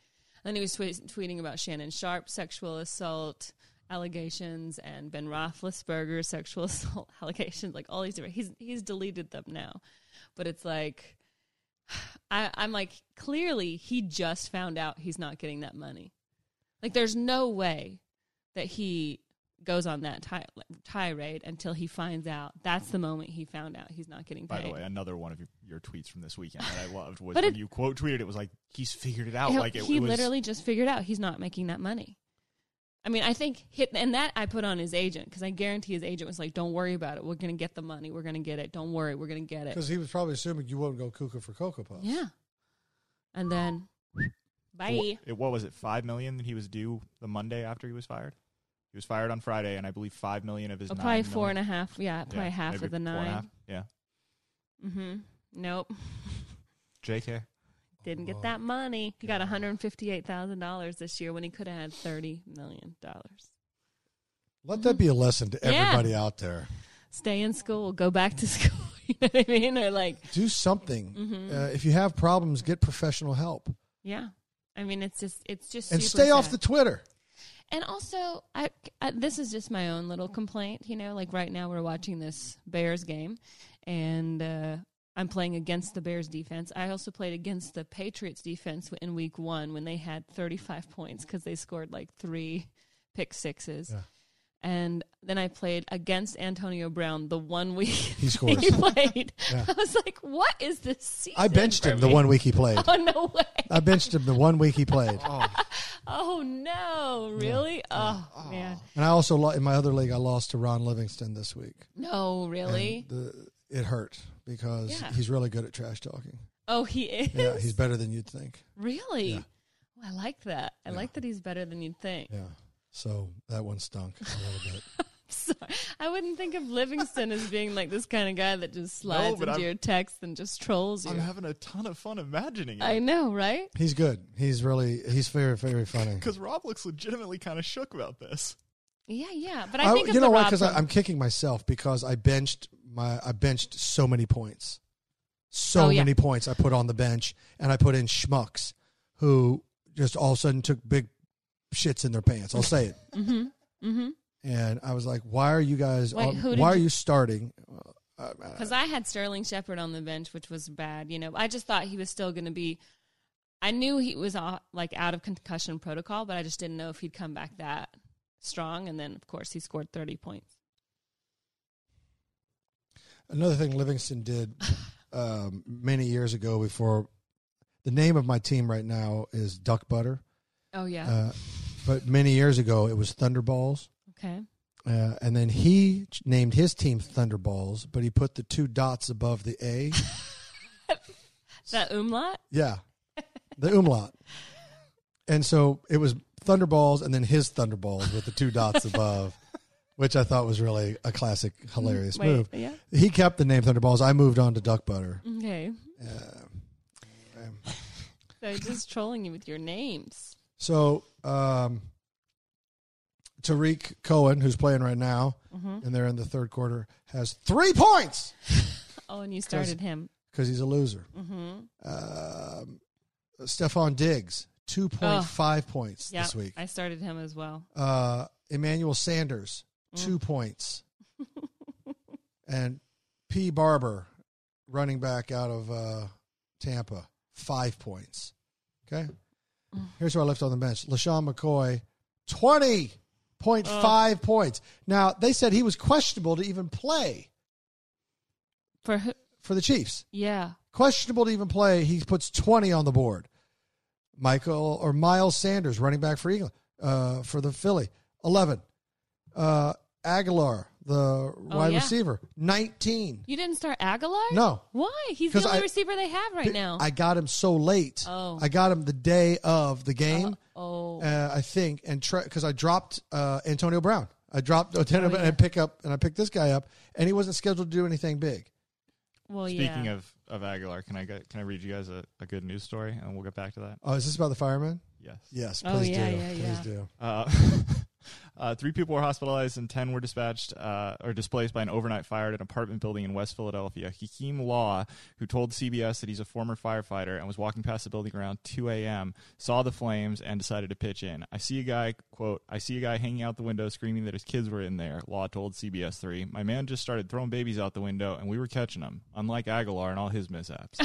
A: And he was twe- tweeting about Shannon Sharp sexual assault allegations and Ben Roethlisberger sexual assault allegations, like all these different. He's he's deleted them now, but it's like I, I'm like clearly he just found out he's not getting that money. Like there's no way that he goes on that ti- tirade until he finds out. That's the moment he found out he's not getting
C: By
A: paid.
C: the way, another one of your, your tweets from this weekend that I loved was
A: But
C: when
A: it-
C: you quote tweeted it was like he's figured it out.
A: He-
C: like it,
A: he
C: it was
A: literally just figured out he's not making that money. I mean, I think hit and that I put on his agent because I guarantee his agent was like, "Don't worry about it. We're gonna get the money. We're gonna get it. Don't worry. We're gonna get it."
B: Because he was probably assuming you wouldn't go cuckoo for Cocoa Puffs.
A: Yeah. And then, bye.
C: It, what was it? Five million that he was due the Monday after he was fired. He was fired on Friday, and I believe five million of his.
A: Oh,
C: nine
A: probably four
C: million-
A: and a half. Yeah, probably
C: Yeah,
A: half
C: maybe
A: of the
C: four and a
A: nine.
C: half. Yeah,
A: Mm-hmm. Nope.
C: J.K.
A: Didn't get that money. He got one hundred fifty-eight thousand dollars this year when he could have had thirty million dollars.
B: Let that be a lesson to
A: Yeah.
B: everybody out there.
A: Stay in school. Go back to school. you know what I mean? Or like,
B: Do something.
A: Mm-hmm.
B: Uh, if you have problems, get professional help
A: yeah. I mean, it's just, it's just,
B: and
A: super
B: stay off the
A: sad.
B: Twitter.
A: And also, I, I this is just my own little complaint. You know, like right now we're watching this Bears game, and uh, I'm playing against the Bears defense. I also played against the Patriots defense in Week One when they had 35 points because they scored like three pick sixes.
B: Yeah.
A: And then I played against Antonio Brown the one week he
B: scores.
A: played.
B: Yeah.
A: I was like, what is this season?
B: I benched
A: for
B: him the
A: me?
B: one week he played.
A: Oh, no way.
B: I benched him the one week he played.
A: Oh, no. Really? Oh, man.
B: And I also lo- in my other league I lost to Ron Livingston this week.
A: No, really?
B: The, it hurt because
A: Yeah.
B: he's really good at trash talking.
A: oh, he is?
B: Yeah, he's better than you'd think.
A: really? Oh, I like that. I like that he's better than you'd think.
B: Yeah. So that one stunk a little bit.
A: Sorry. I wouldn't think of Livingston as being like this kind of guy that just slides
C: but
A: into
C: I'm-
A: your text and just trolls you.
C: I'm having a ton of fun imagining
A: I
C: it
A: know, right?
B: He's good. He's really he's very very funny.
C: because Rob looks legitimately kind of shook about this.
A: Yeah, yeah. But I think
B: you
A: of
B: know
A: the
B: why?
A: Rob
B: Because
A: from-
B: I'm kicking myself because I benched my I benched so many points, so
A: Oh, yeah.
B: many points I put on the bench, and I put in schmucks who just all of a sudden took big shits in their pants. I'll say it. mm-hmm. Mm-hmm. And I was like, why are you guys?
A: Wait,
B: on-
A: who did
B: why are
A: you-
B: you starting?
A: because I had Sterling Shepard on the bench, which was bad. You know, I just thought he was still going to be. I knew he was uh, like out of concussion protocol, but I just didn't know if he'd come back that strong. And then, of course, he scored thirty points.
B: Another thing Livingston did um, many years ago before. The name of my team right now is Duck Butter,
A: Oh yeah.
B: uh, but many years ago it was Thunderballs.
A: okay.
B: Uh, and then he ch- named his team Thunderballs, but he put the two dots above the A.
A: That umlaut.
B: Yeah, the umlaut. And so it was Thunderballs and then his Thunderballs with the two dots above, which I thought was really a classic, hilarious
A: Wait,
B: move.
A: yeah.
B: He kept the name Thunderballs. I moved on to Duck Butter.
A: Okay.
B: Um,
A: so he's just trolling you with your names.
B: So um, Tariq Cohen, who's playing right now, and they're in the third quarter, has three points.
A: Oh, and you started him.
B: because he's a loser.
A: Mm-hmm.
B: Um, Stefan Diggs, 2.5 points
A: Yeah,
B: this week.
A: I started him as well.
B: Uh, Emmanuel Sanders,
A: Mm.
B: two points. and P. Barber, running back out of uh, Tampa, five points. Okay.
A: Mm.
B: Here's who I left on the bench LaShawn McCoy, 20.5 points. Now, they said he was questionable to even play
A: For who?
B: for the Chiefs.
A: Yeah.
B: questionable to even play. He puts 20 on the board. Michael or Miles Sanders, running back for England, uh, for the Philly, 11. Uh, Aguilar, the wide
A: Oh, yeah.
B: receiver, 19.
A: You didn't start Aguilar?
B: No.
A: Why? He's the
B: 'Cause
A: only
B: I-
A: receiver they have right now.
B: I got him so late.
A: Oh.
B: I got him the day of the game,
A: oh.
B: uh, I think, and because I dropped uh, Antonio Brown. I
A: Oh,
B: dropped Antonio Brown and I pick up and I picked this guy up, and he wasn't scheduled to do anything big.
A: well,
C: Speaking
A: yeah.
C: of, of Aguilar, can I get, can I read you guys a, a good news story and we'll get back to that?
B: Oh, is this about the fireman?
C: Yes.
B: Yes, please
A: Oh, yeah,
B: do.
A: yeah,
B: please
A: yeah.
B: do.
C: Uh, uh, three people were hospitalized and 10 were dispatched uh, or displaced by an overnight fire at an apartment building in West Philadelphia. Hakeem Law, who told CBS that he's a former firefighter and was walking past the building around 2 a.m., saw the flames and decided to pitch in. I see a guy, quote, I see a guy hanging out the window screaming that his kids were in there, Law told CBS 3. My man just started throwing babies out the window and we were catching them, unlike Aguilar and all his mishaps.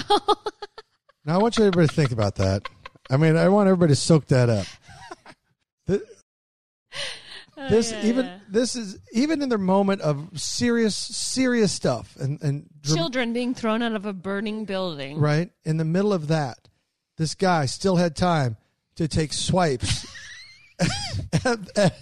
B: Now I want you everybody to think about that. I mean, I want everybody to soak that up. Th-
A: Oh,
B: This
A: yeah,
B: even
A: yeah.
B: this is even in their moment of serious serious stuff and and dr-
A: children being thrown out of a burning building.
B: right in the middle of that, this guy still had time to take swipes at, at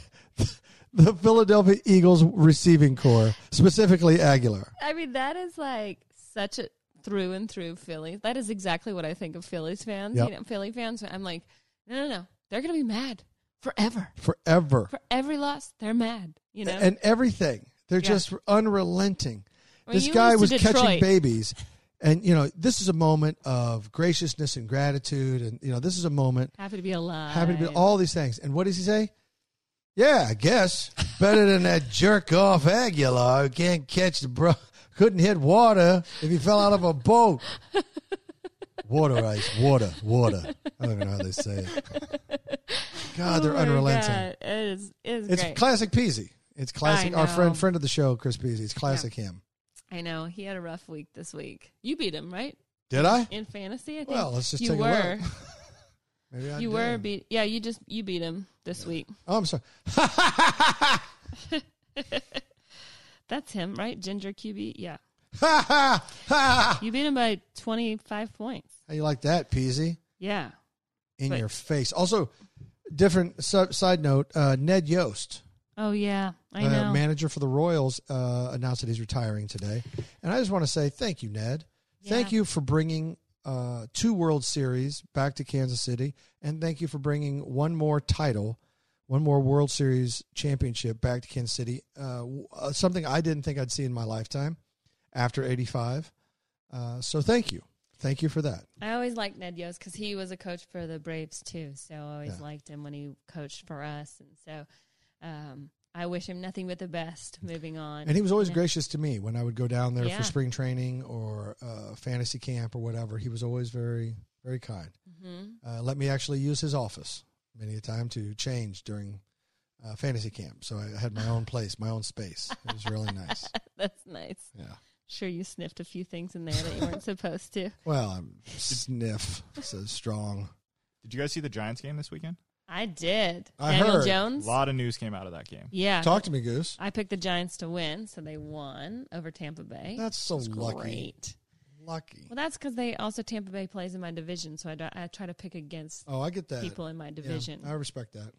B: the Philadelphia Eagles receiving core, specifically Aguilar.
A: I mean, that is like such a through and through Philly. That is exactly what I think of Phillies fans.
B: Yep.
A: You know, Philly fans. I'm like, no, no, no. They're gonna be mad forever.
B: Forever.
A: For every loss, they're mad. You know.
B: and everything. They're
A: Yeah.
B: just unrelenting.
A: When
B: this
A: you
B: guy was
A: lose to
B: catching
A: Detroit-
B: babies, and you know this is a moment of graciousness and gratitude, and you know this is a moment
A: happy to be alive.
B: happy to be all these things. And what does he say? Yeah, I guess better than that jerk off Aguilar who can't catch the bro. Couldn't hit water if he fell out of a boat. Water ice, water, water. I don't even know how they say it. God, they're
A: Oh my
B: unrelenting.
A: God. It is. It is
B: It's
A: great.
B: classic Peasy. It's classic.
A: I
B: Our
A: know.
B: friend, friend of the show, Chris Peasy. It's classic him.
A: I know he had a rough week this week. You beat him, right?
B: Did I?
A: In fantasy, I think.
B: Well, let's just
A: you
B: take a
A: were.
B: look. Maybe I
A: you
B: did.
A: were beat. Yeah, you just you beat him this week.
B: Oh, I'm sorry.
A: That's him, right? Ginger QB. Yeah,
B: Ha ha ha!
A: you beat him by twenty five points.
B: How you like that, Peasy?
A: Yeah.
B: In
A: But-
B: your face. Also, different su- side note. Uh, Ned Yost,
A: Oh yeah, I
B: uh,
A: know.
B: manager for the Royals, uh, announced that he's retiring today. And I just want to say thank you, Ned. Thank
A: Yeah.
B: you for bringing uh, two World Series back to Kansas City, and thank you for bringing one more title, one more World Series championship back to Kansas City. Uh, w- uh, something I didn't think I'd see in my lifetime after '85. Uh, so thank you, thank you for that.
A: I always liked Ned Yost because he was a coach for the Braves too. So I always
B: Yeah.
A: liked him when he coached for us, and so um, I wish him nothing but the best. Moving on,
B: And he was always
A: Yeah.
B: gracious to me when I would go down there
A: Yeah.
B: for spring training or uh, fantasy camp or whatever. He was always very, very kind.
A: Mm-hmm.
B: Uh, let me actually use his office many a time to change during uh, fantasy camp. So I had my own place, my own space. It was really nice.
A: That's nice.
B: Yeah.
A: Sure, you sniffed a few things in there that you weren't supposed to.
B: Well, I'm sniff so strong.
C: Did you guys see the Giants game this weekend?
A: I did.
B: I
A: Daniel
B: heard.
C: A
A: Jones.
C: lot of news came out of that game.
A: Yeah.
B: Talk to me, Goose.
A: I picked the Giants to win, so they won over Tampa Bay.
B: That's so
A: Which was
B: lucky.
A: Great.
B: Lucky.
A: Well, that's because they also Tampa Bay plays in my division, so I, do- I try to pick against
B: Oh, I get that.
A: people in my
B: Yeah,
A: division.
B: I respect that.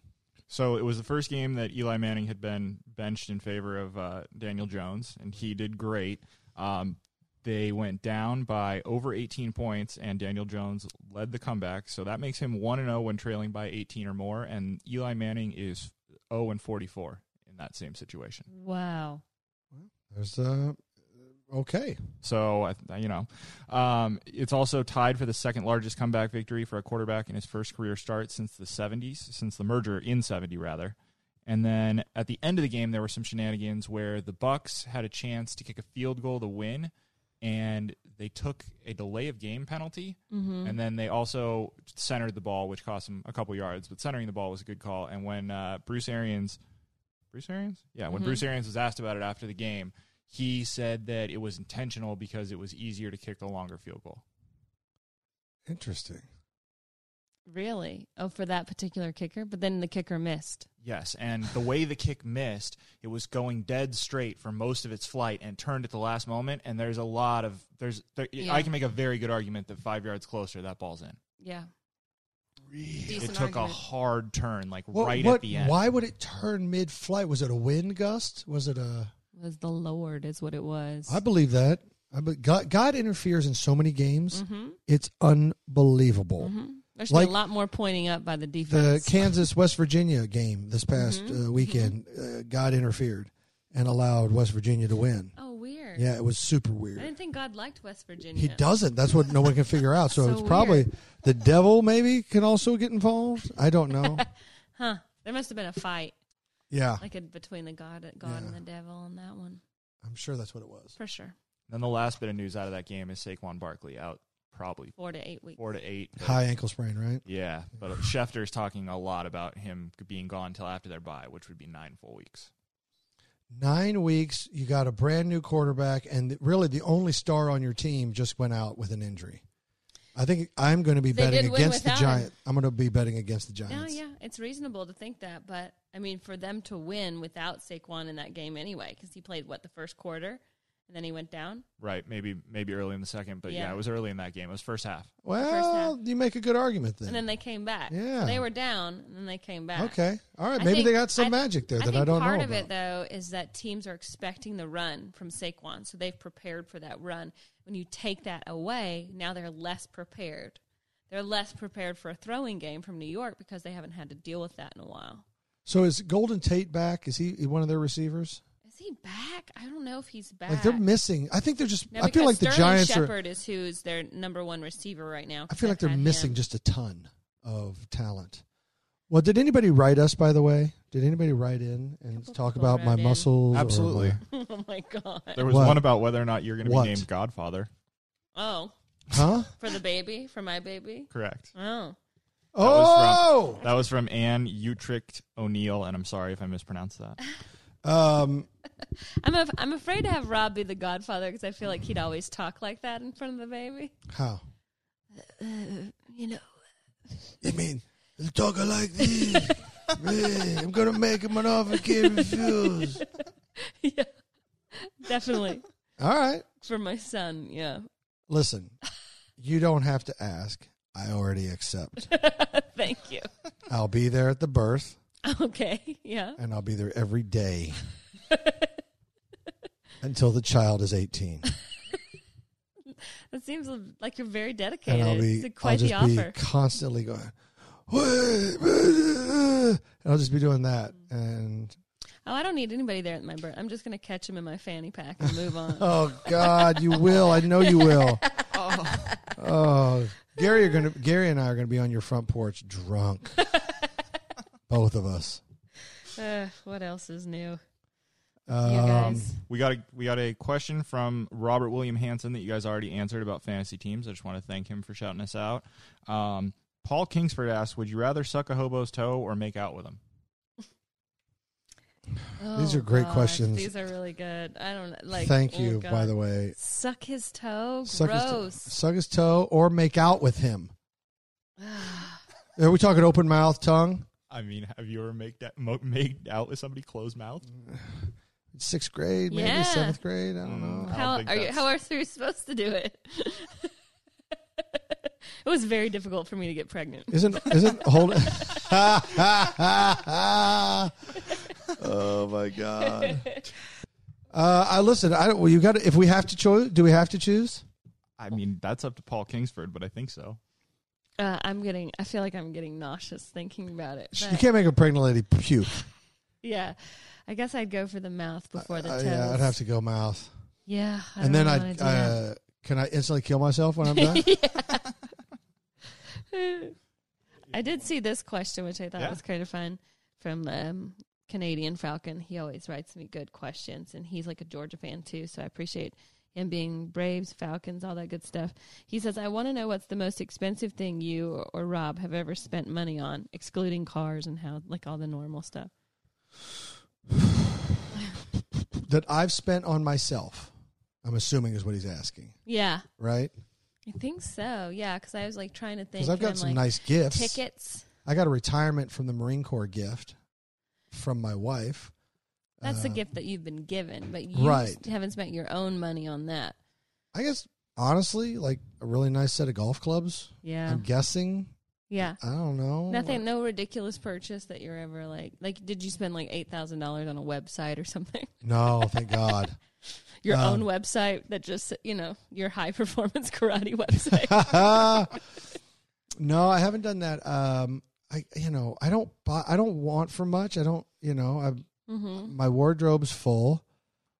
C: So it was the first game that Eli Manning had been benched in favor of uh, Daniel Jones, and he did great. Um, they went down by over 18 points, and Daniel Jones led the comeback. So that makes him 1 0 when trailing by 18 or more, and Eli Manning is 0 and 44 in that same situation.
A: Wow.
B: There's uh, okay.
C: So I th- you know, um, it's also tied for the second largest comeback victory for a quarterback in his first career start since the '70s, since the merger in '70 rather. And then at the end of the game, there were some shenanigans where the Bucks had a chance to kick a field goal to win, and they took a delay of game penalty,
A: Mm-hmm.
C: and then they also centered the ball, which cost them a couple yards. But centering the ball was a good call. And when uh, Bruce Arians, Bruce Arians, yeah, when Bruce Arians was asked about it after the game, he said that it was intentional because it was easier to kick the longer field goal.
B: Interesting.
A: Really? Oh, for that particular kicker, but then the kicker missed.
C: Yes, and the way the kick missed, it was going dead straight for most of its flight and turned at the last moment. And there's a lot of there's there,
A: Yeah.
C: I can make a very good argument that five yards closer that ball's in.
A: Yeah.
C: it took a hard turn, like
B: What,
C: right
B: what,
C: at the end.
B: Why would it turn mid-flight? Was it a wind gust? Was it a?
A: was the Lord is what it was.
B: I believe that. I be, God, God interferes in so many games.
A: Mhm.
B: It's unbelievable.
A: There should
B: like-
A: be a lot more pointing up by the
B: The
A: defense.
B: Kansas West Virginia game this past
A: Mm-hmm.
B: uh, weekend, uh, God interfered and allowed West Virginia to win.
A: oh, weird.
B: Yeah, it was super
A: I
B: weird.
A: didn't think God liked West Virginia.
B: He doesn't. That's what no one can figure out. So,
A: So
B: it's probably
A: weird.
B: the devil. Maybe can also get involved. I don't know.
A: Huh. There must have been a fight,
B: yeah,
A: like a, between the God, God and the devil on that one,
B: I'm sure that's what it was.
A: for sure.
C: then the last bit of news out of that game is Saquon Barkley out probably
A: Four to eight weeks.
C: four to eight. but-
B: High ankle sprain, right?
C: Yeah, but Schefter's talking a lot about him being gone till after their bye, which would be nine full weeks.
B: Nine weeks. You got a brand new quarterback, and th- really the only star on your team just went out with an injury. I think I'm going to be
A: They
B: betting
A: did win
B: against the
A: without
B: Giants.
A: him.
B: I'm going to be betting against the
A: No,
B: Giants.
A: yeah, it's reasonable to think that, but I mean, for them to win without Saquon in that game anyway, because he played what the first quarter, and then he went down.
C: Right, maybe maybe early in the second, but yeah,
A: Yeah.
C: it was early in that game. It was first half.
B: Well, you make a good argument then.
A: And then they came back.
B: Yeah.
A: So they were down, and then they came back.
B: Okay. All right.
A: I
B: Maybe
A: think-
B: they got some
A: I-
B: magic there that I,
A: think
B: don't
A: part
B: know.
A: of
B: about.
A: it though is that teams are expecting the run from Saquon, so they've prepared for that run. When you take that away, now they're less prepared. They're less prepared for a throwing game from New York because they haven't had to deal with that in a while.
B: So is Golden Tate back? Is he one of their receivers?
A: Is he back? I don't know if he's back.
B: Like they're missing. I think they're just.
A: No,
B: I feel
A: because
B: like
A: Sterling
B: the Giants are.
A: Shepard is who's their number one receiver right now.
B: I feel like
A: They've
B: they're
A: had
B: missing
A: him.
B: just a ton of talent. Well, did anybody write us? By the way, did anybody write in and
A: Couple
B: talk
A: people
B: about my
A: wrote in.
B: muscles? or
C: Absolutely.
B: my-
A: oh my god!
C: There was
B: What?
C: one about whether or not you're going to be
B: What?
C: named Godfather.
A: Oh,
B: huh?
A: for the baby, for my baby.
C: Correct. was
A: Oh,
B: Oh,
C: That was from Anne Utrecht O'Neill, and I'm sorry if I mispronounced that.
B: um,
A: I'm af- I'm afraid to have Rob be the Godfather because I feel like he'd always talk like that in front of the baby.
B: how?
A: You know,
B: You mean he's talking like this? Man, I'm gonna make him an offer he can't refuse.
A: yeah, definitely
B: All right.
A: for my son. Yeah,
B: Listen, you don't have to ask. I already accept.
A: thank you.
B: I'll be there at the birth,
A: Okay, yeah,
B: and I'll be there every day until the child is 18.
A: that seems like you're very
B: and
A: dedicated.
B: I'll be
A: it's
B: I'll
A: quite
B: just
A: the offer.
B: be constantly going. "Wait, uh," and I'll just be doing that, and
A: Oh, I don't need anybody there at my birth. I'm just going to catch him in my fanny pack and move on.
B: oh God, you will! I know you will. Oh, Gary, are gonna Gary and I are gonna be on your front porch drunk, both of us.
A: Uh, what else is new?
B: Um,
A: You guys.
C: We got a we got a question from Robert William Hanson that you guys already answered about fantasy teams. I just want to thank him for shouting us out. Um, Paul Kingsford asked, "Would you rather suck a hobo's toe or make out with him?"
B: these
A: Oh,
B: are great
A: God.
B: questions.
A: These are really good. I don't like.
B: Thank
A: oh,
B: you,
A: God.
B: by the way.
A: Suck his toe.
B: Suck his, toe,
A: Gross.
B: suck his toe, or make out with him. Are we talking open mouth tongue?
C: I mean, have you ever make that mo- made out with somebody closed mouth?
B: Sixth grade, maybe
A: Yeah. Mm,
B: seventh grade. I don't know.
C: I don't
A: how
C: think
A: are you,
C: that's-
A: how are three supposed to do it? it was very difficult for me to get pregnant.
B: Isn't isn't hold? oh my god! Uh, I listen. I don't. Well, you got. to If we have to choose, do we have to choose?
C: I mean, that's up to Paul Kingsford, but I think so.
A: Uh, I'm getting. I feel like I'm getting nauseous thinking about it.
B: You
A: but-
B: can't make a pregnant lady puke.
A: Yeah, I guess I'd go for the mouth before the
B: Uh,
A: toes.
B: yeah, I'd have to go mouth,
A: Yeah, I
B: and then
A: I.
B: I uh, can I instantly kill myself when I'm done.
A: I did see this question, which I thought
C: Yeah.
A: was kind of fun from um, Canadian Falcon. He always writes me good questions, and he's like a Georgia fan too, so I appreciate him being Braves, Falcons, all that good stuff. He says, I want to know what's the most expensive thing you or, or Rob have ever spent money on, excluding cars and how, like, all the normal stuff.
B: that I've spent on myself. I'm assuming is what he's asking,
A: Yeah,
B: right?
A: I think so. Yeah, because I was like trying to think.
B: Because I've
A: and
B: got
A: I'm
B: some
A: like,
B: nice gifts.
A: tickets.
B: I got a retirement from the Marine Corps gift from my wife.
A: That's the
B: Uh,
A: gift that you've been given, but you
B: right.
A: haven't spent your own money on that.
B: I guess honestly, like a really nice set of golf clubs.
A: Yeah.
B: I'm guessing.
A: Yeah.
B: I don't know.
A: Nothing, no ridiculous purchase that you're ever like, like, did you spend like $8,000 on a website or something?
B: No, thank God.
A: Your
B: Um,
A: own website that just, you know, your high performance karate website.
B: no, I haven't done that. Um, I you know I don't buy, I don't want for much. I don't you know I
A: mm-hmm.
B: my wardrobe's full.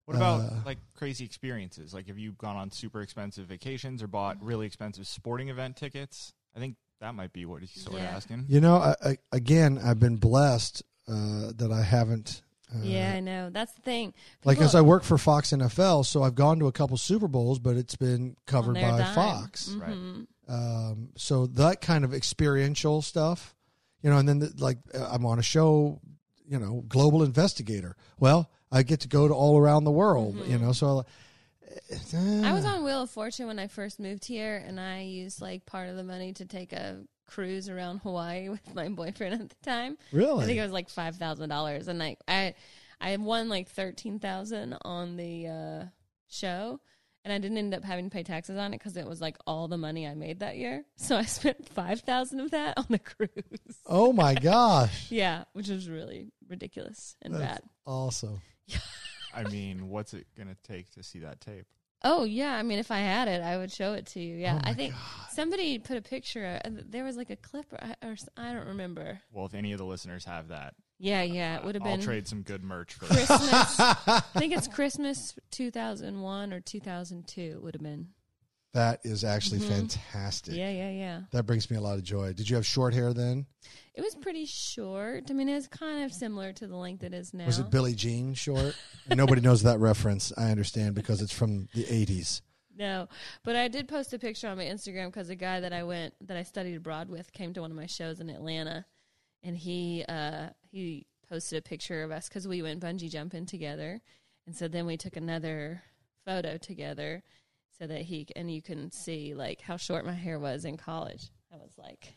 C: What about
B: Uh,
C: like crazy experiences? Like, have you gone on super expensive vacations or bought really expensive sporting event tickets? I think that might be what he's sort
A: Yeah.
C: of asking.
B: You know, I, I, again I've been blessed uh, that I haven't. Uh,
A: Yeah, I know. That's the thing.
B: Like,
A: People-
B: because I work for Fox NFL, so I've gone to a couple Super Bowls, but it's been
A: on
B: covered
A: their
B: by
A: dime.
B: Fox.
A: Mhm.
C: Right.
B: Um, so that kind of experiential stuff, you know, and then the, like uh, I'm on a show, you know, Global Investigator. Well, I get to go to all around the world, you know. So uh, eh, I,
A: Mm-hmm. I was on Wheel of Fortune when I first moved here, and I used like part of the money to take a cruise around Hawaii with my boyfriend at the time.
B: Really?
A: I think it was like five thousand dollars, and like I, I won like thirteen thousand on the uh, show, and I didn't end up having to pay taxes on it because it was like all the money I made that year. So I spent five thousand of that on a cruise.
B: Oh my gosh,
A: yeah, which was really ridiculous and
B: that's
A: bad.
B: awesome!
C: I mean, what's it going to take to see that tape?
A: Oh yeah, I mean, if I had it, I would show it to you. Yeah, I think somebody put a picture. uh, There was like a clip, or, or s- I don't remember.
C: Well, if any of the listeners have that,
A: Yeah, yeah, it would have
C: I'll
A: been
C: trade some good merch for that.
A: Christmas. I think it's Christmas 2001 or 2002. It would have been.
B: That is actually fantastic.
A: Mm-hmm. Yeah, yeah, yeah.
B: That brings me a lot of joy. Did you have short hair then?
A: It was pretty short. I mean, it was kind of similar to the length it is now.
B: Was it Billie Jean short? Nobody knows that reference. I understand because it's from the '80s.
A: No, but I did post a picture on my Instagram because a guy that I went that I studied abroad with came to one of my shows in Atlanta, and he uh, he posted a picture of us because we went bungee jumping together, and so then we took another photo together so that he and you can see like how short my hair was in college. I was like,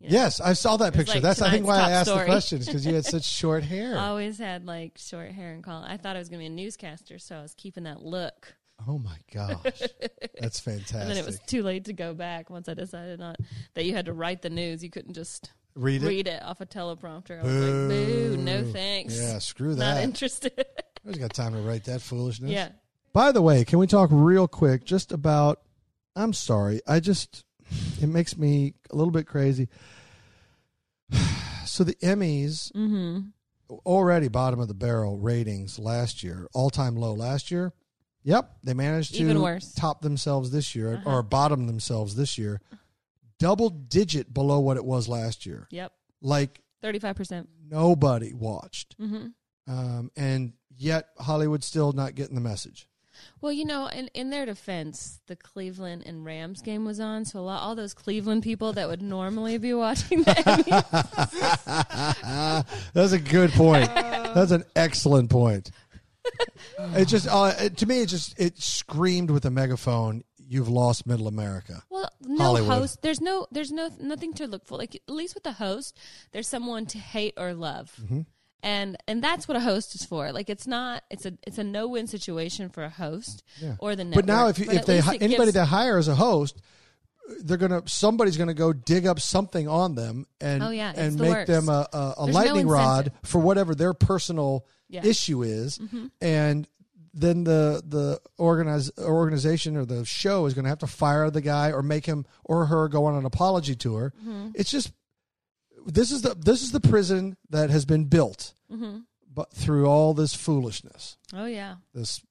A: you know?
B: Yes, I saw that
A: It was
B: picture.
A: like
B: That's I think
A: tonight's
B: why I
A: top
B: asked the
A: story.
B: question because you had such short hair.
A: I always had like short hair and collar. I thought I was going to be a newscaster, so I was keeping that look.
B: oh my gosh, that's fantastic.
A: And then it was too late to go back once I decided not that you had to write the news. You couldn't just
B: Read it.
A: read it off a teleprompter. I was like, boo, no
B: Boo.
A: thanks.
B: Yeah, screw
A: Not
B: that.
A: interested.
B: I just got time to write that foolishness.
A: yeah.
B: By the way, can we talk real quick just about? I'm sorry. I just it makes me a little bit crazy. So the Emmys
A: Mm-hmm.
B: already bottom of the barrel ratings last year, all time low last year. Yep, they managed to
A: Even worse.
B: top themselves this year
A: Uh-huh.
B: or bottom themselves this year, double digit below what it was last year.
A: Yep.
B: Like
A: Thirty-five percent.
B: nobody watched,
A: Mm-hmm.
B: um, and yet Hollywood still not getting the message.
A: Well, you know, in, in their defense, the Cleveland and Rams game was on, so a lot all those Cleveland people that would normally be watching the Emmys
B: That's a good point. That's an excellent point. It just uh, it, to me, it just it screamed with a megaphone. You've lost Middle America.
A: Well, no
B: Hollywood.
A: host. There's no. There's no nothing to look for. Like at least with the host, there's someone to hate or love,
B: Mm-hmm.
A: and and that's what a host is for. Like it's not. It's a it's a no win situation for a host or the network.
B: But now, if you, if
A: at
B: they
A: least
B: hi-
A: it
B: anybody
A: gives-
B: that hire as a host, they're gonna somebody's gonna go dig up something on them and
A: Oh, yeah, it's
B: and
A: the
B: make
A: worst.
B: them a, a, a
A: There's no
B: lightning rod
A: incentive.
B: for whatever their personal
A: Yeah. Mm-hmm.
B: issue is, and then the the organize organization or the show is gonna have to fire the guy or make him or her go on an apology tour.
A: Mm-hmm.
B: It's just this is the this is the prison that has been built, but through all this foolishness,
A: Mm-hmm. oh yeah,
B: this.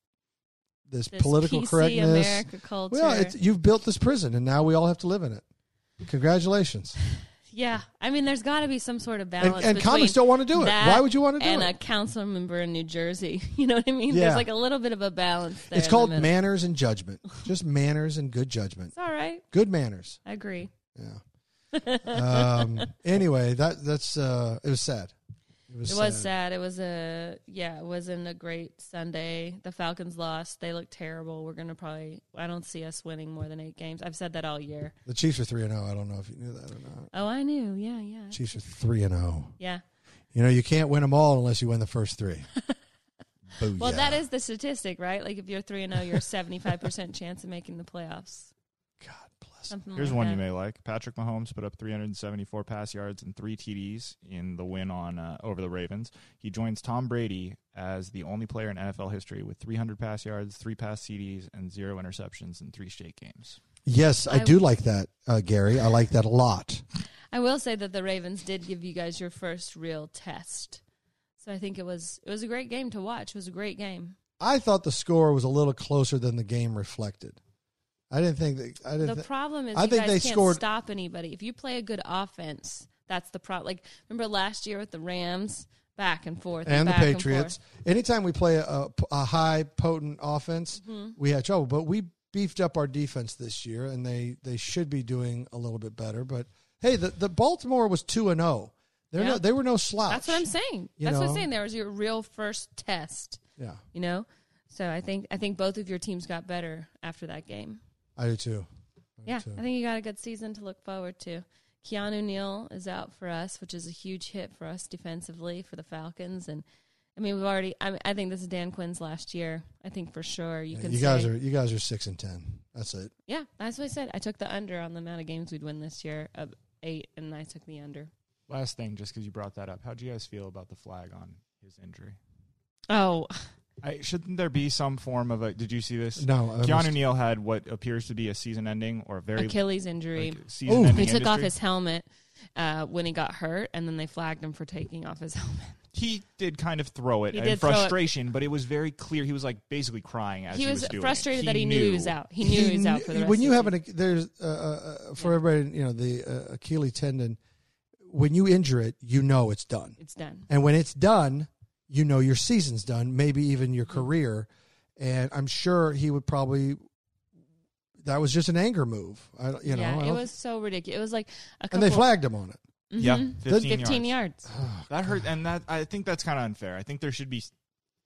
B: This,
A: This
B: political
A: PC
B: correctness,
A: America culture.
B: well, it's, you've built this prison, and now we all have to live in it. Congratulations.
A: yeah, I mean, there's got to be some sort of
B: And-
A: balance.
B: and comics
A: between
B: don't wanna do it.
A: that
B: Why would you wanna do
A: and
B: it?
A: a council member in New Jersey. You know what I mean?
B: Yeah.
A: There's like a little bit of a balance. There
B: it's
A: in the
B: called
A: middle.
B: manners and judgment. Just manners and good judgment.
A: It's all right.
B: Good manners.
A: I agree.
B: Yeah. Um, anyway, that that's uh, it was sad.
A: It was sad. It was a yeah. It wasn't a great Sunday. The Falcons lost. They look terrible. We're gonna probably. I don't see us winning more than eight games. I've said that all year.
B: The Chiefs are three and zero. I don't know if you knew that or not.
A: Oh, I knew. Yeah, yeah,
B: Chiefs are three and zero.
A: yeah.
B: You know you can't win them all unless you win the first three. Booyah.
A: Well, that is the statistic, right? Like if you're three and zero, you're seventy five percent chance of making the playoffs.
B: God bless.
A: Something.
C: Here's
A: like
C: one
A: that.
C: you may like. Patrick Mahomes put up 374 pass yards and three TDs in the win on uh, over the Ravens. He joins Tom Brady as the only player in NFL history with 300 pass yards, three pass CDs, and zero interceptions in three straight games.
B: Yes, I,
A: I-
B: do like that, uh, Gary. I like that a lot.
A: I will say that the Ravens did give you guys your first real test. So I think it was it was a great game to watch. It was a great game.
B: I thought the score was a little closer than the game reflected. I didn't think that. I didn't.
A: The
B: thi-
A: problem is
B: I
A: you
B: think
A: guys
B: they
A: can't
B: scored-
A: stop anybody. If you play a good offense, that's the problem. Like remember last year with the Rams, back and forth,
B: and the
A: back and
B: Patriots.
A: forth.
B: Anytime we play a, a high potent offense,
A: Mm-hmm.
B: we had trouble. But we beefed up our defense this year, and they they should be doing a little bit better. But hey, the, the Baltimore was two and zero. They're
A: Yeah.
B: no, they were no slouch.
A: That's what I'm saying.
B: You
A: That's what
B: know?
A: I'm saying. There was your real first test,
B: Yeah,
A: you know. So I think I think both of your teams got better after that game.
B: I do too.
A: Yeah,
B: too.
A: I think you got a good season to look forward to. Keanu Neal is out for us, which is a huge hit for us defensively for the Falcons. And I mean, we've already. I, mean, I think this is Dan Quinn's last year. I think for sure you
B: You,
A: can.
B: guys
A: say-
B: are you guys are six and ten. That's it.
A: Yeah, that's what I said. I took the under on the amount of games we'd win this year of eight, and I took the under.
C: Last thing, just because you brought that up, how do you guys feel about the flag on his injury?
A: Oh,
C: I, shouldn't there be some form of a? Did you see this?
B: No, I
C: Keanu
B: missed-
C: Neal had what appears to be a season-ending or a very
A: Achilles injury.
C: season-ending.
A: He took off
C: industry.
A: his helmet uh, when he got hurt, and then they flagged him for taking off his helmet.
C: he did kind of throw it
A: He
C: in
A: did throw it.
C: frustration, but it was very clear. He was like basically crying as he,
A: he was,
C: doing it.
A: frustrated that he knew. he was out. He knew he, was out for the rest
B: when
A: of
B: you
A: the
B: have
A: season.
B: an there's uh, uh, uh, for everybody you know the uh, Achilles tendon. When you injure it, you know it's done.
A: it's done.
B: And when it's done, you know your season's done, maybe even
A: Mm-hmm.
B: your career. And I'm sure he would probably. That was just an anger move. I don't- you know. I
A: yeah, it
B: don't-
A: was so ridiculous. It was like a
B: and
A: couple,
B: they flagged him on it.
C: Yeah,
A: Mhm.
C: 15,
A: 15
C: yards.
A: yards.
C: That hurt, and that I think that's kind of unfair. I think there should be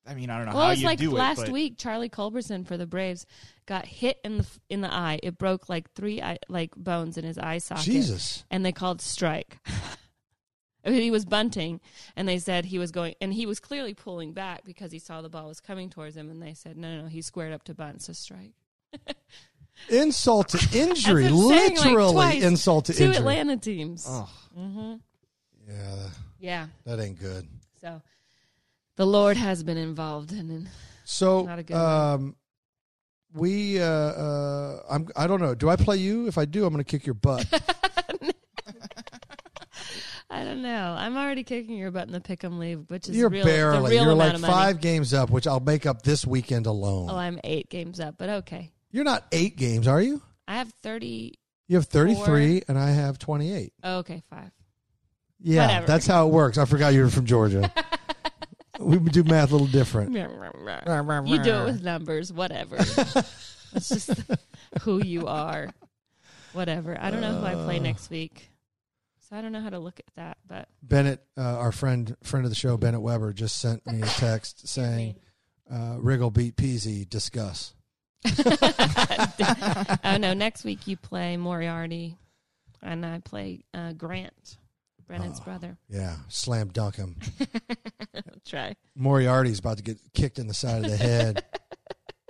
C: I mean, I don't know
A: Well,
C: how
A: it's
C: you
A: like
C: do
A: last
C: it. but-
A: week, Charlie Culberson for the Braves got hit in the f- in the eye. It broke like three eye, like bones in his eye socket.
B: Jesus.
A: And they called strike. he was bunting, and they said he was going, and he was clearly pulling back because he saw the ball was coming towards him, and they said, no, no, no, he squared up to bunt, so strike.
B: Insult to injury.
A: That's what I'm saying, like,
B: Literally
A: twice.
B: insult to
A: Two
B: injury.
A: Atlanta teams.
B: Oh. Yeah,
A: Yeah.
B: that ain't good.
A: So the Lord has been involved in. in
B: So,
A: Not a good one.
B: um, we, uh, uh, I'm, I don't know. Do I play you? If I do, I'm going to kick your butt.
A: I don't know. I'm already kicking your butt in the pick 'em league, which is
B: You're
A: real, the
B: barely.
A: real
B: You're
A: amount
B: like
A: of money.
B: five games up, which I'll make up this weekend alone.
A: Oh, I'm eight games up, but okay.
B: You're not eight games, are you?
A: I have 30.
B: You have 33, and I have 28.
A: Oh, okay, five.
B: Yeah,
A: Whatever.
B: that's how it works. I forgot you were from Georgia. we do math a little different.
A: You do it with numbers, whatever. It's just who you are, whatever. I don't know who I
B: Uh.
A: play next week, so I don't know how to look at that. But
B: Bennett, uh, our friend friend of the show, Bennett Weber, just sent me a text saying, uh, "Wriggle beat Peasy. Discuss."
A: oh no, next week you play Moriarty, and I play uh, Grant,
B: Oh.
A: Brennan's brother.
B: Yeah, slam dunk him.
A: Try
B: Moriarty's about to get kicked in the side of the head,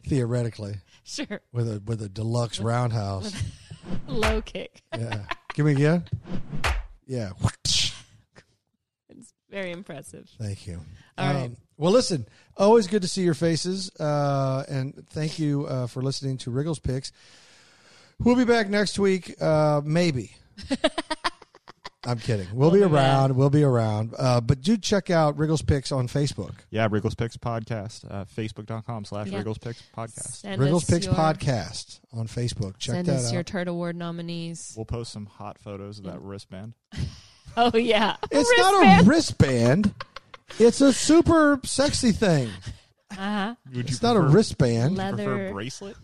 B: theoretically,
A: sure
B: with a with a deluxe roundhouse.
A: low kick.
B: Yeah, give me again. Yeah,
A: It's very impressive.
B: thank you. Um,
A: All right.
B: Well, listen. Always good to see your faces, uh, and thank you uh, for listening to Wriggles Picks. We'll be back next week, uh, maybe. I'm kidding. We'll, be,
A: be back.
B: around. We'll be around. Uh, but do check out Wriggles Picks on Facebook.
C: Yeah, Wriggles Picks Podcast, uh, facebook.com slash
A: Yeah.
C: Wriggles Picks Podcast.
A: Send
B: Wriggles
A: us
B: Picks
A: your-
B: podcast on Facebook. Check
A: Send
B: that
A: us
B: out.
A: your Turd Award nominees.
C: We'll post some hot photos of that wristband.
A: Oh yeah,
B: it's not a wristband. It's a super sexy thing.
A: uh-huh.
C: Would you
B: It's not a
C: prefer-
B: wristband.
A: Leather.
C: Prefer bracelet?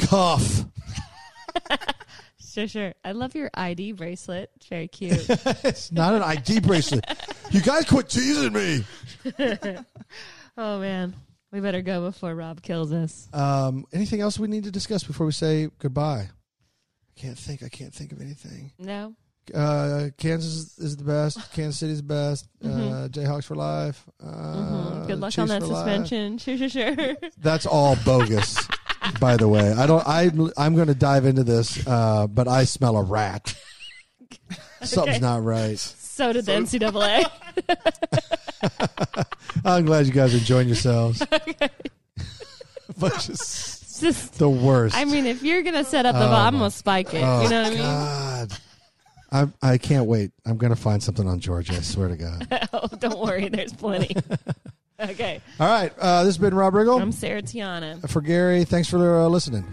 B: Cuff.
A: Sure, sure. I love your ID bracelet. It's very cute.
B: It's not an ID bracelet. You guys quit teasing me.
A: oh man, we better go before Rob kills us.
B: Um, anything else we need to discuss before we say goodbye? I can't think. I can't think of anything.
A: No,
B: Uh, Kansas is the best. Kansas City's the best. Uh, Jayhawks for life. Uh,
A: Mhm. Mm-hmm. good luck
B: Chiefs
A: on that
B: for life.
A: suspension. Sure, sure, sure.
B: That's all bogus. by the way, I don't. I I'm going to dive into this, uh, but I smell a rat. Something's not right.
A: so did the NCAA.
B: I'm glad you guys are enjoying yourselves. Bunch of s-
A: It's just,
B: the worst.
A: I mean, if you're gonna set up the bomb, I'm gonna spike it. you know what
B: Oh, God. I, I can't wait. I'm going to find something on Georgia. I swear to God.
A: I mean? Oh, don't worry, there's plenty. okay,
B: All right. Uh, this has been Rob Riggle.
A: I'm Sarah Tiana.
B: For Gary, thanks for uh, listening.